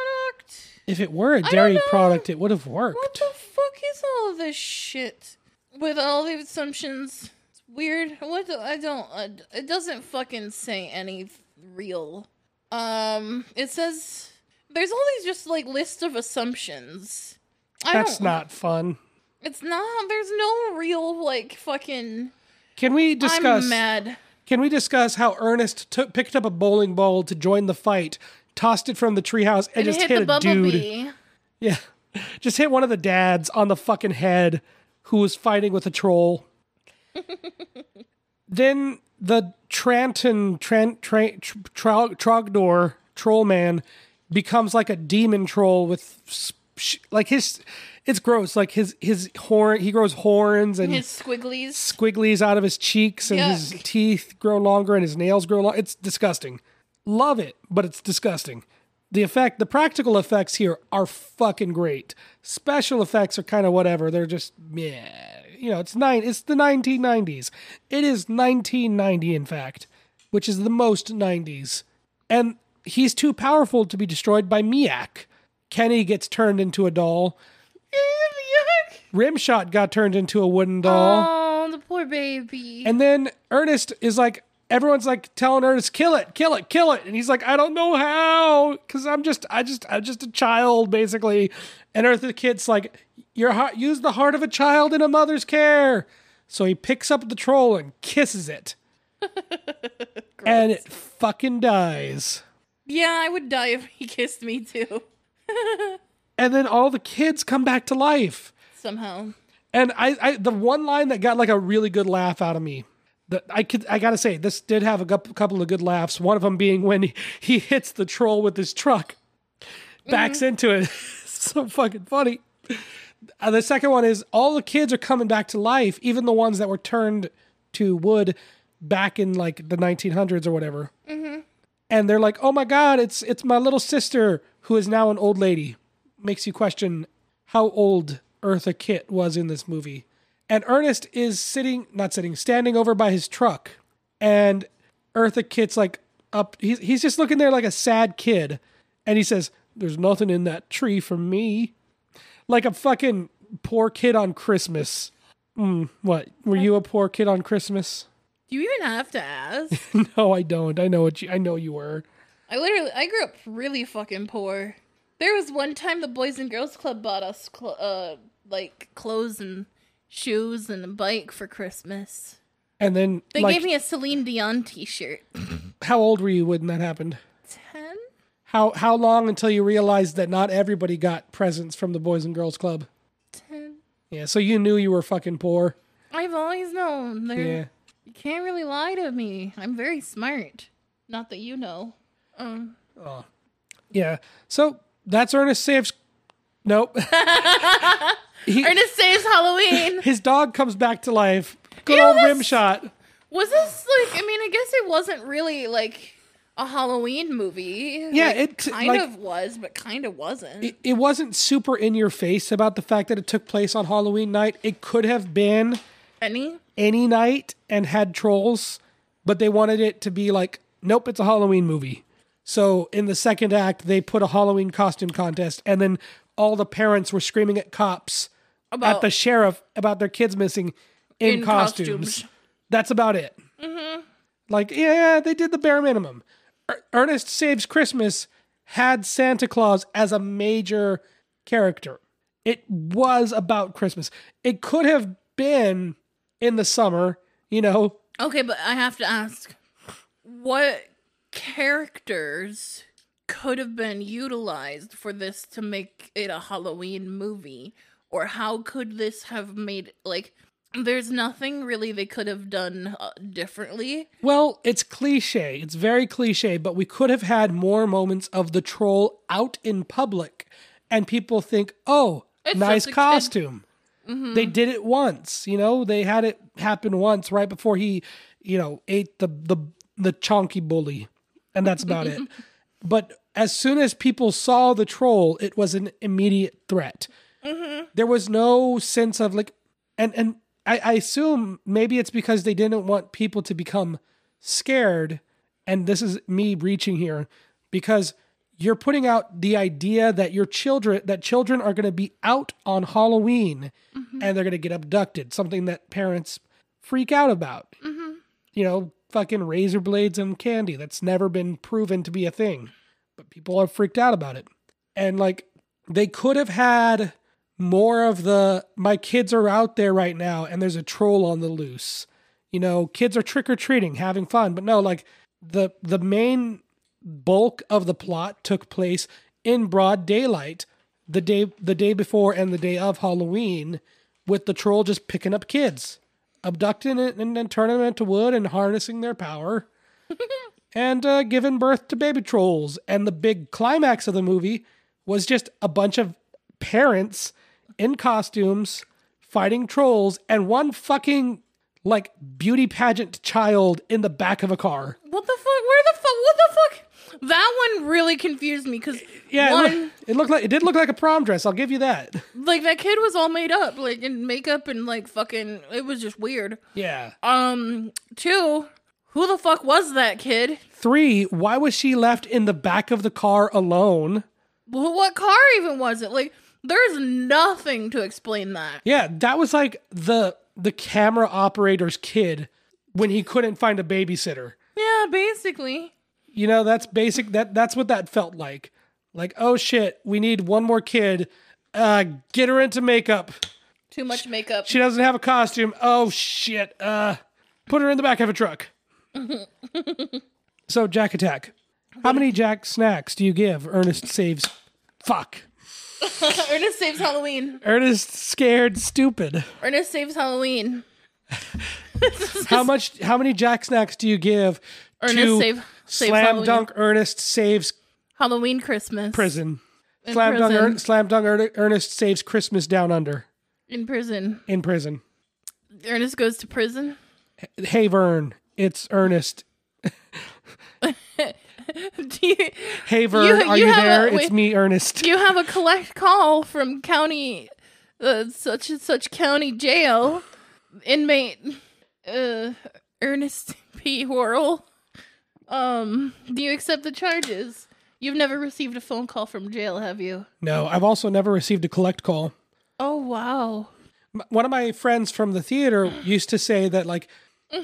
Speaker 2: product.
Speaker 1: If it were a
Speaker 2: don't
Speaker 1: dairy
Speaker 2: know.
Speaker 1: product, it would have
Speaker 2: What
Speaker 1: worked.
Speaker 2: the fuck is all of this shit? With all the assumptions, it's weird. What do, I don't. Uh, it doesn't fucking say any real. Um, it says there's all these just like list of assumptions. I
Speaker 1: That's
Speaker 2: don't-
Speaker 1: not fun.
Speaker 2: It's not. There's no real like fucking.
Speaker 1: Can we discuss?
Speaker 2: I'm mad.
Speaker 1: Can we discuss how Ernest took, picked up a bowling ball to join the fight, tossed it from the treehouse, and
Speaker 2: It
Speaker 1: just
Speaker 2: hit,
Speaker 1: hit,
Speaker 2: the
Speaker 1: a dude?
Speaker 2: bumblebee.
Speaker 1: Yeah, just hit one of the dads on the fucking head who was fighting with a troll. then the Tranton Tran, Tran, Tr- Trog- Trogdor troll man becomes like a demon troll with s- sh- like his. It's gross. Like his his horn. He grows horns and
Speaker 2: His squigglies.
Speaker 1: squigglies out of his cheeks and his
Speaker 2: Yuck.
Speaker 1: teeth grow longer and his nails grow long. It's disgusting. Love it, but it's disgusting. The effect, the practical effects here are fucking great. Special effects are kind of whatever. They're just yeah, you know, it's nine. It's the 1990s. It is 1990, in fact, which is the most 90s. And he's too powerful to be destroyed by Miak. Kenny gets turned into a doll. Rimshot got turned into a wooden doll.
Speaker 2: Oh, the poor baby.
Speaker 1: And then Ernest is like, everyone's like telling Ernest, kill it, kill it, kill it. And he's like, I don't know how, because I'm just, I just, I'm just a child, basically. And Eartha Kitt's like, your heart, use the heart of a child in a mother's care. So he picks up the troll and kisses it. and it fucking dies.
Speaker 2: yeah, I would die if he kissed me too.
Speaker 1: And then all the kids come back to life.
Speaker 2: Somehow.
Speaker 1: And I, I, the one line that got like a really good laugh out of me. That I could, I gotta say, this did have a gu- couple of good laughs. One of them being when he, he hits the troll with his truck, backs into it. so fucking funny. Uh, the second one is all the kids are coming back to life, even the ones that were turned to wood back in like the 1900s or whatever. Mm-hmm. And they're like, "Oh my god, it's it's my little sister who is now an old lady." Makes you question how old Eartha Kitt was in this movie. And Ernest is sitting, not sitting, standing over by his truck, and Eartha Kitt's like up. He's he's just looking there like a sad kid, and he says, "There's nothing in that tree for me." like a fucking poor kid on Christmas. Mm, what? Were you a poor kid on Christmas?
Speaker 2: Do you even have to ask?
Speaker 1: No, I don't. I know what you. I know you were.
Speaker 2: I literally, I grew up really fucking poor. There was one time the Boys and Girls Club bought us, cl- uh, like clothes and shoes and a bike for Christmas.
Speaker 1: And then,
Speaker 2: They
Speaker 1: like,
Speaker 2: gave me a Celine Dion T-shirt.
Speaker 1: how old were you when that happened?
Speaker 2: Ten.
Speaker 1: How how long until you realized that not everybody got presents from the Boys and Girls Club?
Speaker 2: Ten.
Speaker 1: Yeah, so you knew you were fucking poor.
Speaker 2: I've always known there.
Speaker 1: Yeah.
Speaker 2: You can't really lie to me. I'm very smart. Not that you know. Um,
Speaker 1: Yeah. So that's Ernest Saves. Nope. he,
Speaker 2: Ernest saves Halloween.
Speaker 1: his dog comes back to life. Good
Speaker 2: Ew,
Speaker 1: old
Speaker 2: that's-
Speaker 1: rim shot.
Speaker 2: Was this like? I mean, I guess it wasn't really like a Halloween movie.
Speaker 1: Yeah,
Speaker 2: Like,
Speaker 1: it,
Speaker 2: kind
Speaker 1: like-
Speaker 2: of was, but kind of wasn't.
Speaker 1: it- it wasn't super in your face about the fact that it took place on Halloween night. It could have been
Speaker 2: Any?
Speaker 1: any night and had trolls, but they wanted it to be like, nope, it's a Halloween movie. So in the second act, they put a Halloween costume contest, and then all the parents were screaming at cops, at
Speaker 2: About-
Speaker 1: the sheriff about their kids missing in,
Speaker 2: In
Speaker 1: costumes.
Speaker 2: costumes.
Speaker 1: That's about it. Like, yeah, they did the bare minimum. Er- Ernest Saves Christmas had Santa Claus as a major character. It was about Christmas. It could have been in the summer, you know.
Speaker 2: Okay, but I have to ask, what characters could have been utilized for this to make it a Halloween movie, or how could this have made like? There's nothing really they could have done uh, differently.
Speaker 1: Well, it's cliche. It's very cliche, but we could have had more moments of the troll out in public and people think, oh,
Speaker 2: It's
Speaker 1: nice
Speaker 2: just a kid. Mm-hmm.
Speaker 1: costume. They did it once, you know, they had it happen once right before he, you know, ate the the the chonky bully. And that's about it. But as soon as people saw the troll, it was an immediate threat. There was no sense of like and and I, I assume maybe it's because they didn't want people to become scared. And this is me reaching here because you're putting out the idea that your children that children are going to be out on Halloween and they're going to get abducted, something that parents freak out about. You know, fucking razor blades and candy that's never been proven to be a thing, but people are freaked out about it. And like they could have had more of the my kids are out there right now and there's a troll on the loose. You know, kids are trick or treating, having fun, but no, like the the main bulk of the plot took place in broad daylight the day the day before and the day of Halloween with the troll just picking up kids, abducting it and then turning them into wood and harnessing their power and uh, giving birth to baby trolls. And the big climax of the movie was just a bunch of parents in costumes fighting trolls and one fucking like beauty pageant child in the back of a car.
Speaker 2: What the fuck? Where the fuck? What the fuck? That one really confused me because
Speaker 1: Yeah, it,
Speaker 2: one,
Speaker 1: loo- it looked like it did look like a prom dress. I'll give you that.
Speaker 2: like that kid was all made up, like in makeup and like fucking. It was just weird.
Speaker 1: Yeah.
Speaker 2: Um, two, who the fuck was that kid?
Speaker 1: Three. Why was she left in the back of the car alone?
Speaker 2: Wh- What car even was it? Like, there's nothing to explain that.
Speaker 1: Yeah, that was like the the camera operator's kid when he couldn't find a babysitter.
Speaker 2: Yeah, basically.
Speaker 1: You know, that's basic. That that's what that felt like. Like, oh shit, we need one more kid. Uh, get her into makeup.
Speaker 2: Too much makeup.
Speaker 1: She doesn't have a costume. Oh shit. Uh, put her in the back of a truck. so Jack Attack. How many Jack snacks do you give Ernest Saves? Fuck.
Speaker 2: Ernest saves Halloween.
Speaker 1: Ernest scared stupid.
Speaker 2: Ernest saves Halloween.
Speaker 1: How much? How many Jack snacks do you give
Speaker 2: Ernest
Speaker 1: to
Speaker 2: save- save
Speaker 1: slam
Speaker 2: Halloween.
Speaker 1: dunk Ernest Saves
Speaker 2: Halloween Christmas.
Speaker 1: Prison? Slam dunk.
Speaker 2: prison.
Speaker 1: Ern- slam dunk. Ern- Ernest Saves Christmas Down Under
Speaker 2: In prison.
Speaker 1: in prison.
Speaker 2: Ernest goes to prison.
Speaker 1: Hey Vern, it's Ernest.
Speaker 2: Do you,
Speaker 1: Hey Vern, are
Speaker 2: you
Speaker 1: you
Speaker 2: have a-
Speaker 1: there?
Speaker 2: wait.
Speaker 1: it's me, Ernest.
Speaker 2: you have a collect call from county, uh, such and such county jail, inmate, uh, Ernest P. Horrell. Um, do you accept the charges? You've never received a phone call from jail, have you?
Speaker 1: No, I've also never received a collect call.
Speaker 2: Oh wow.
Speaker 1: M- One of my friends from the theater used to say that like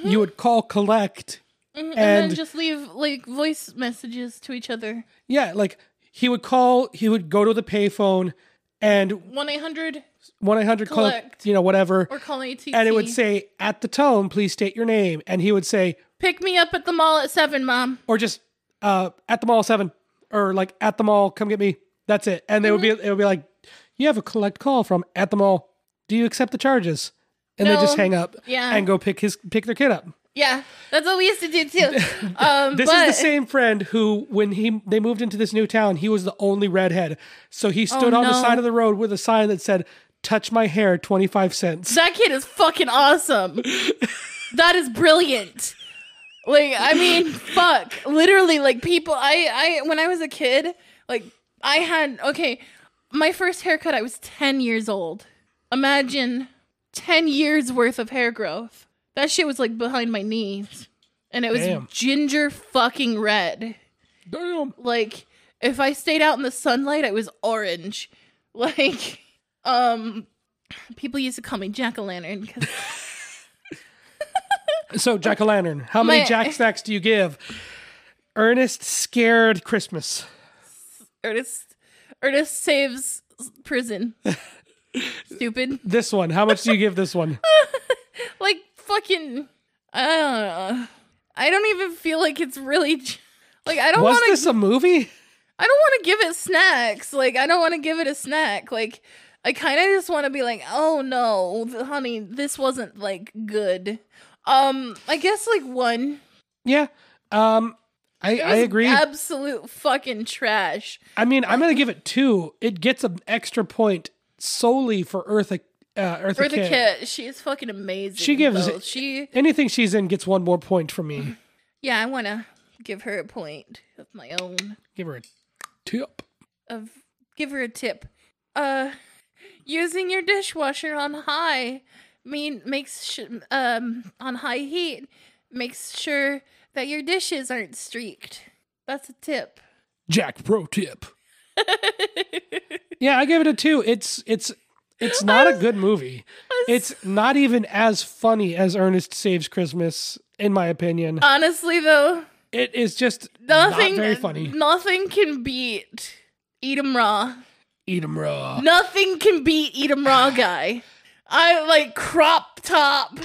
Speaker 1: you would call collect
Speaker 2: Mm-hmm, And,
Speaker 1: And-
Speaker 2: then just leave like voice messages to each other.
Speaker 1: Yeah, like he would call, he would go to the payphone and
Speaker 2: One eight hundred
Speaker 1: 1 800 collect,
Speaker 2: Collect.
Speaker 1: you know, whatever.
Speaker 2: or call ATC.
Speaker 1: And it would say, at the tone, please state your name. And he would say,
Speaker 2: "Pick me up at the mall at seven, mom."
Speaker 1: or just uh, at the mall seven, or like at the mall, come get me. That's it. And they would be,
Speaker 2: Mm-hmm.
Speaker 1: it would be like, you have a collect call from at the mall. Do you accept the charges? And they just
Speaker 2: No.
Speaker 1: hang up
Speaker 2: Yeah.
Speaker 1: and go pick his pick their kid up.
Speaker 2: Yeah, that's what we used to do too. Um,
Speaker 1: This
Speaker 2: but
Speaker 1: is the same friend who, when he they moved into this new town, he was the only redhead. So he stood
Speaker 2: Oh,
Speaker 1: on the
Speaker 2: no.
Speaker 1: side of the road with a sign that said "Touch my hair, twenty five cents."
Speaker 2: that kid is fucking awesome. that is brilliant. Like, I mean, fuck. Literally, like people. I, I, when I was a kid, like I had okay, my first haircut. I was ten years old. Imagine ten years worth of hair growth. That shit was like behind my knees, and it was
Speaker 1: Damn.
Speaker 2: ginger fucking red.
Speaker 1: Damn.
Speaker 2: like if i stayed out in the sunlight i was orange like um people used to call me jack-o'-lantern because
Speaker 1: So Jack o' Lantern, how many
Speaker 2: My-
Speaker 1: Jack snacks do you give? Ernest scared Christmas.
Speaker 2: ernest ernest saves prison stupid
Speaker 1: This one, how much do you give this one?
Speaker 2: like fucking i don't know i don't even feel like it's really j- like i don't
Speaker 1: Was
Speaker 2: want
Speaker 1: this
Speaker 2: to
Speaker 1: a movie?
Speaker 2: i don't want to give it snacks like i don't want to give it a snack like i kind of just want to be like oh no honey this wasn't like good um i guess like one
Speaker 1: Yeah. Um, I,
Speaker 2: It
Speaker 1: I
Speaker 2: was
Speaker 1: agree.
Speaker 2: Absolute fucking trash.
Speaker 1: I mean, I'm gonna give it two. It gets an extra point solely for Eartha. Uh, Eartha,
Speaker 2: Eartha
Speaker 1: Kitt.
Speaker 2: Kitt, she is fucking amazing.
Speaker 1: She gives-
Speaker 2: both. she.
Speaker 1: Anything she's in gets one more point from me.
Speaker 2: Yeah, I want to give her a point of my own.
Speaker 1: Give her a tip.
Speaker 2: Of give her a tip. Uh, using your dishwasher on high mean makes sh- um on high heat makes sure that your dishes aren't streaked. That's a tip.
Speaker 1: Jack pro tip. yeah, I give it a two. It's it's it's not a good movie. It's not even as funny as Ernest Saves Christmas, in my opinion.
Speaker 2: Uh, Honestly, though,
Speaker 1: It is just
Speaker 2: nothing
Speaker 1: not very funny.
Speaker 2: Nothing can beat Eat 'em Raw.
Speaker 1: Eat 'em raw.
Speaker 2: Nothing can beat Eat 'em Raw guy. I like crop top,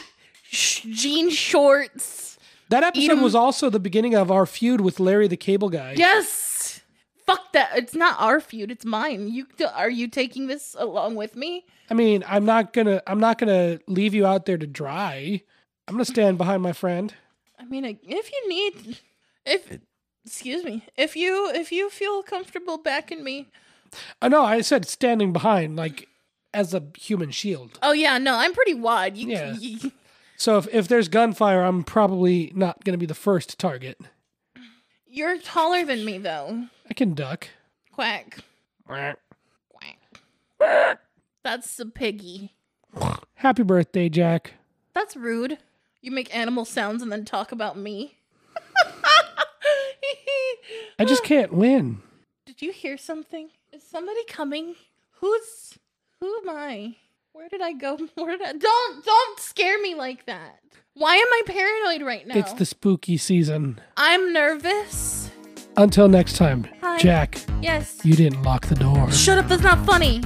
Speaker 2: sh- jean shorts.
Speaker 1: That
Speaker 2: Eat
Speaker 1: episode
Speaker 2: 'em-
Speaker 1: was also the beginning of our feud with Larry the Cable Guy.
Speaker 2: Yes. Fuck that. It's not our feud. It's mine. You are you taking this along with me?
Speaker 1: I mean, I'm not gonna I'm not gonna leave you out there to dry. I'm gonna stand behind my friend.
Speaker 2: I mean, I- if you need, if excuse me, if you if you feel comfortable backing me.
Speaker 1: Oh no, I said standing behind, like as a human shield.
Speaker 2: Oh yeah, no, I'm pretty wide. You,
Speaker 1: Yeah.
Speaker 2: you-
Speaker 1: So if, if there's gunfire, I'm probably not gonna be the first target.
Speaker 2: you're taller than me though.
Speaker 1: I can duck.
Speaker 2: Quack. Quack. That's a piggy.
Speaker 1: Happy birthday, Jack.
Speaker 2: That's rude. You make animal sounds and then talk about me.
Speaker 1: I just
Speaker 2: Ah.
Speaker 1: can't win.
Speaker 2: Did you hear something? Is somebody coming? Who's who am I? Where did I go? Where did I Don't don't scare me like that. Why am I paranoid right now?
Speaker 1: It's the spooky season.
Speaker 2: I'm nervous.
Speaker 1: Until next time,
Speaker 2: Hi.
Speaker 1: Jack,
Speaker 2: Yes.
Speaker 1: you didn't lock the door.
Speaker 2: Shut up, that's not funny.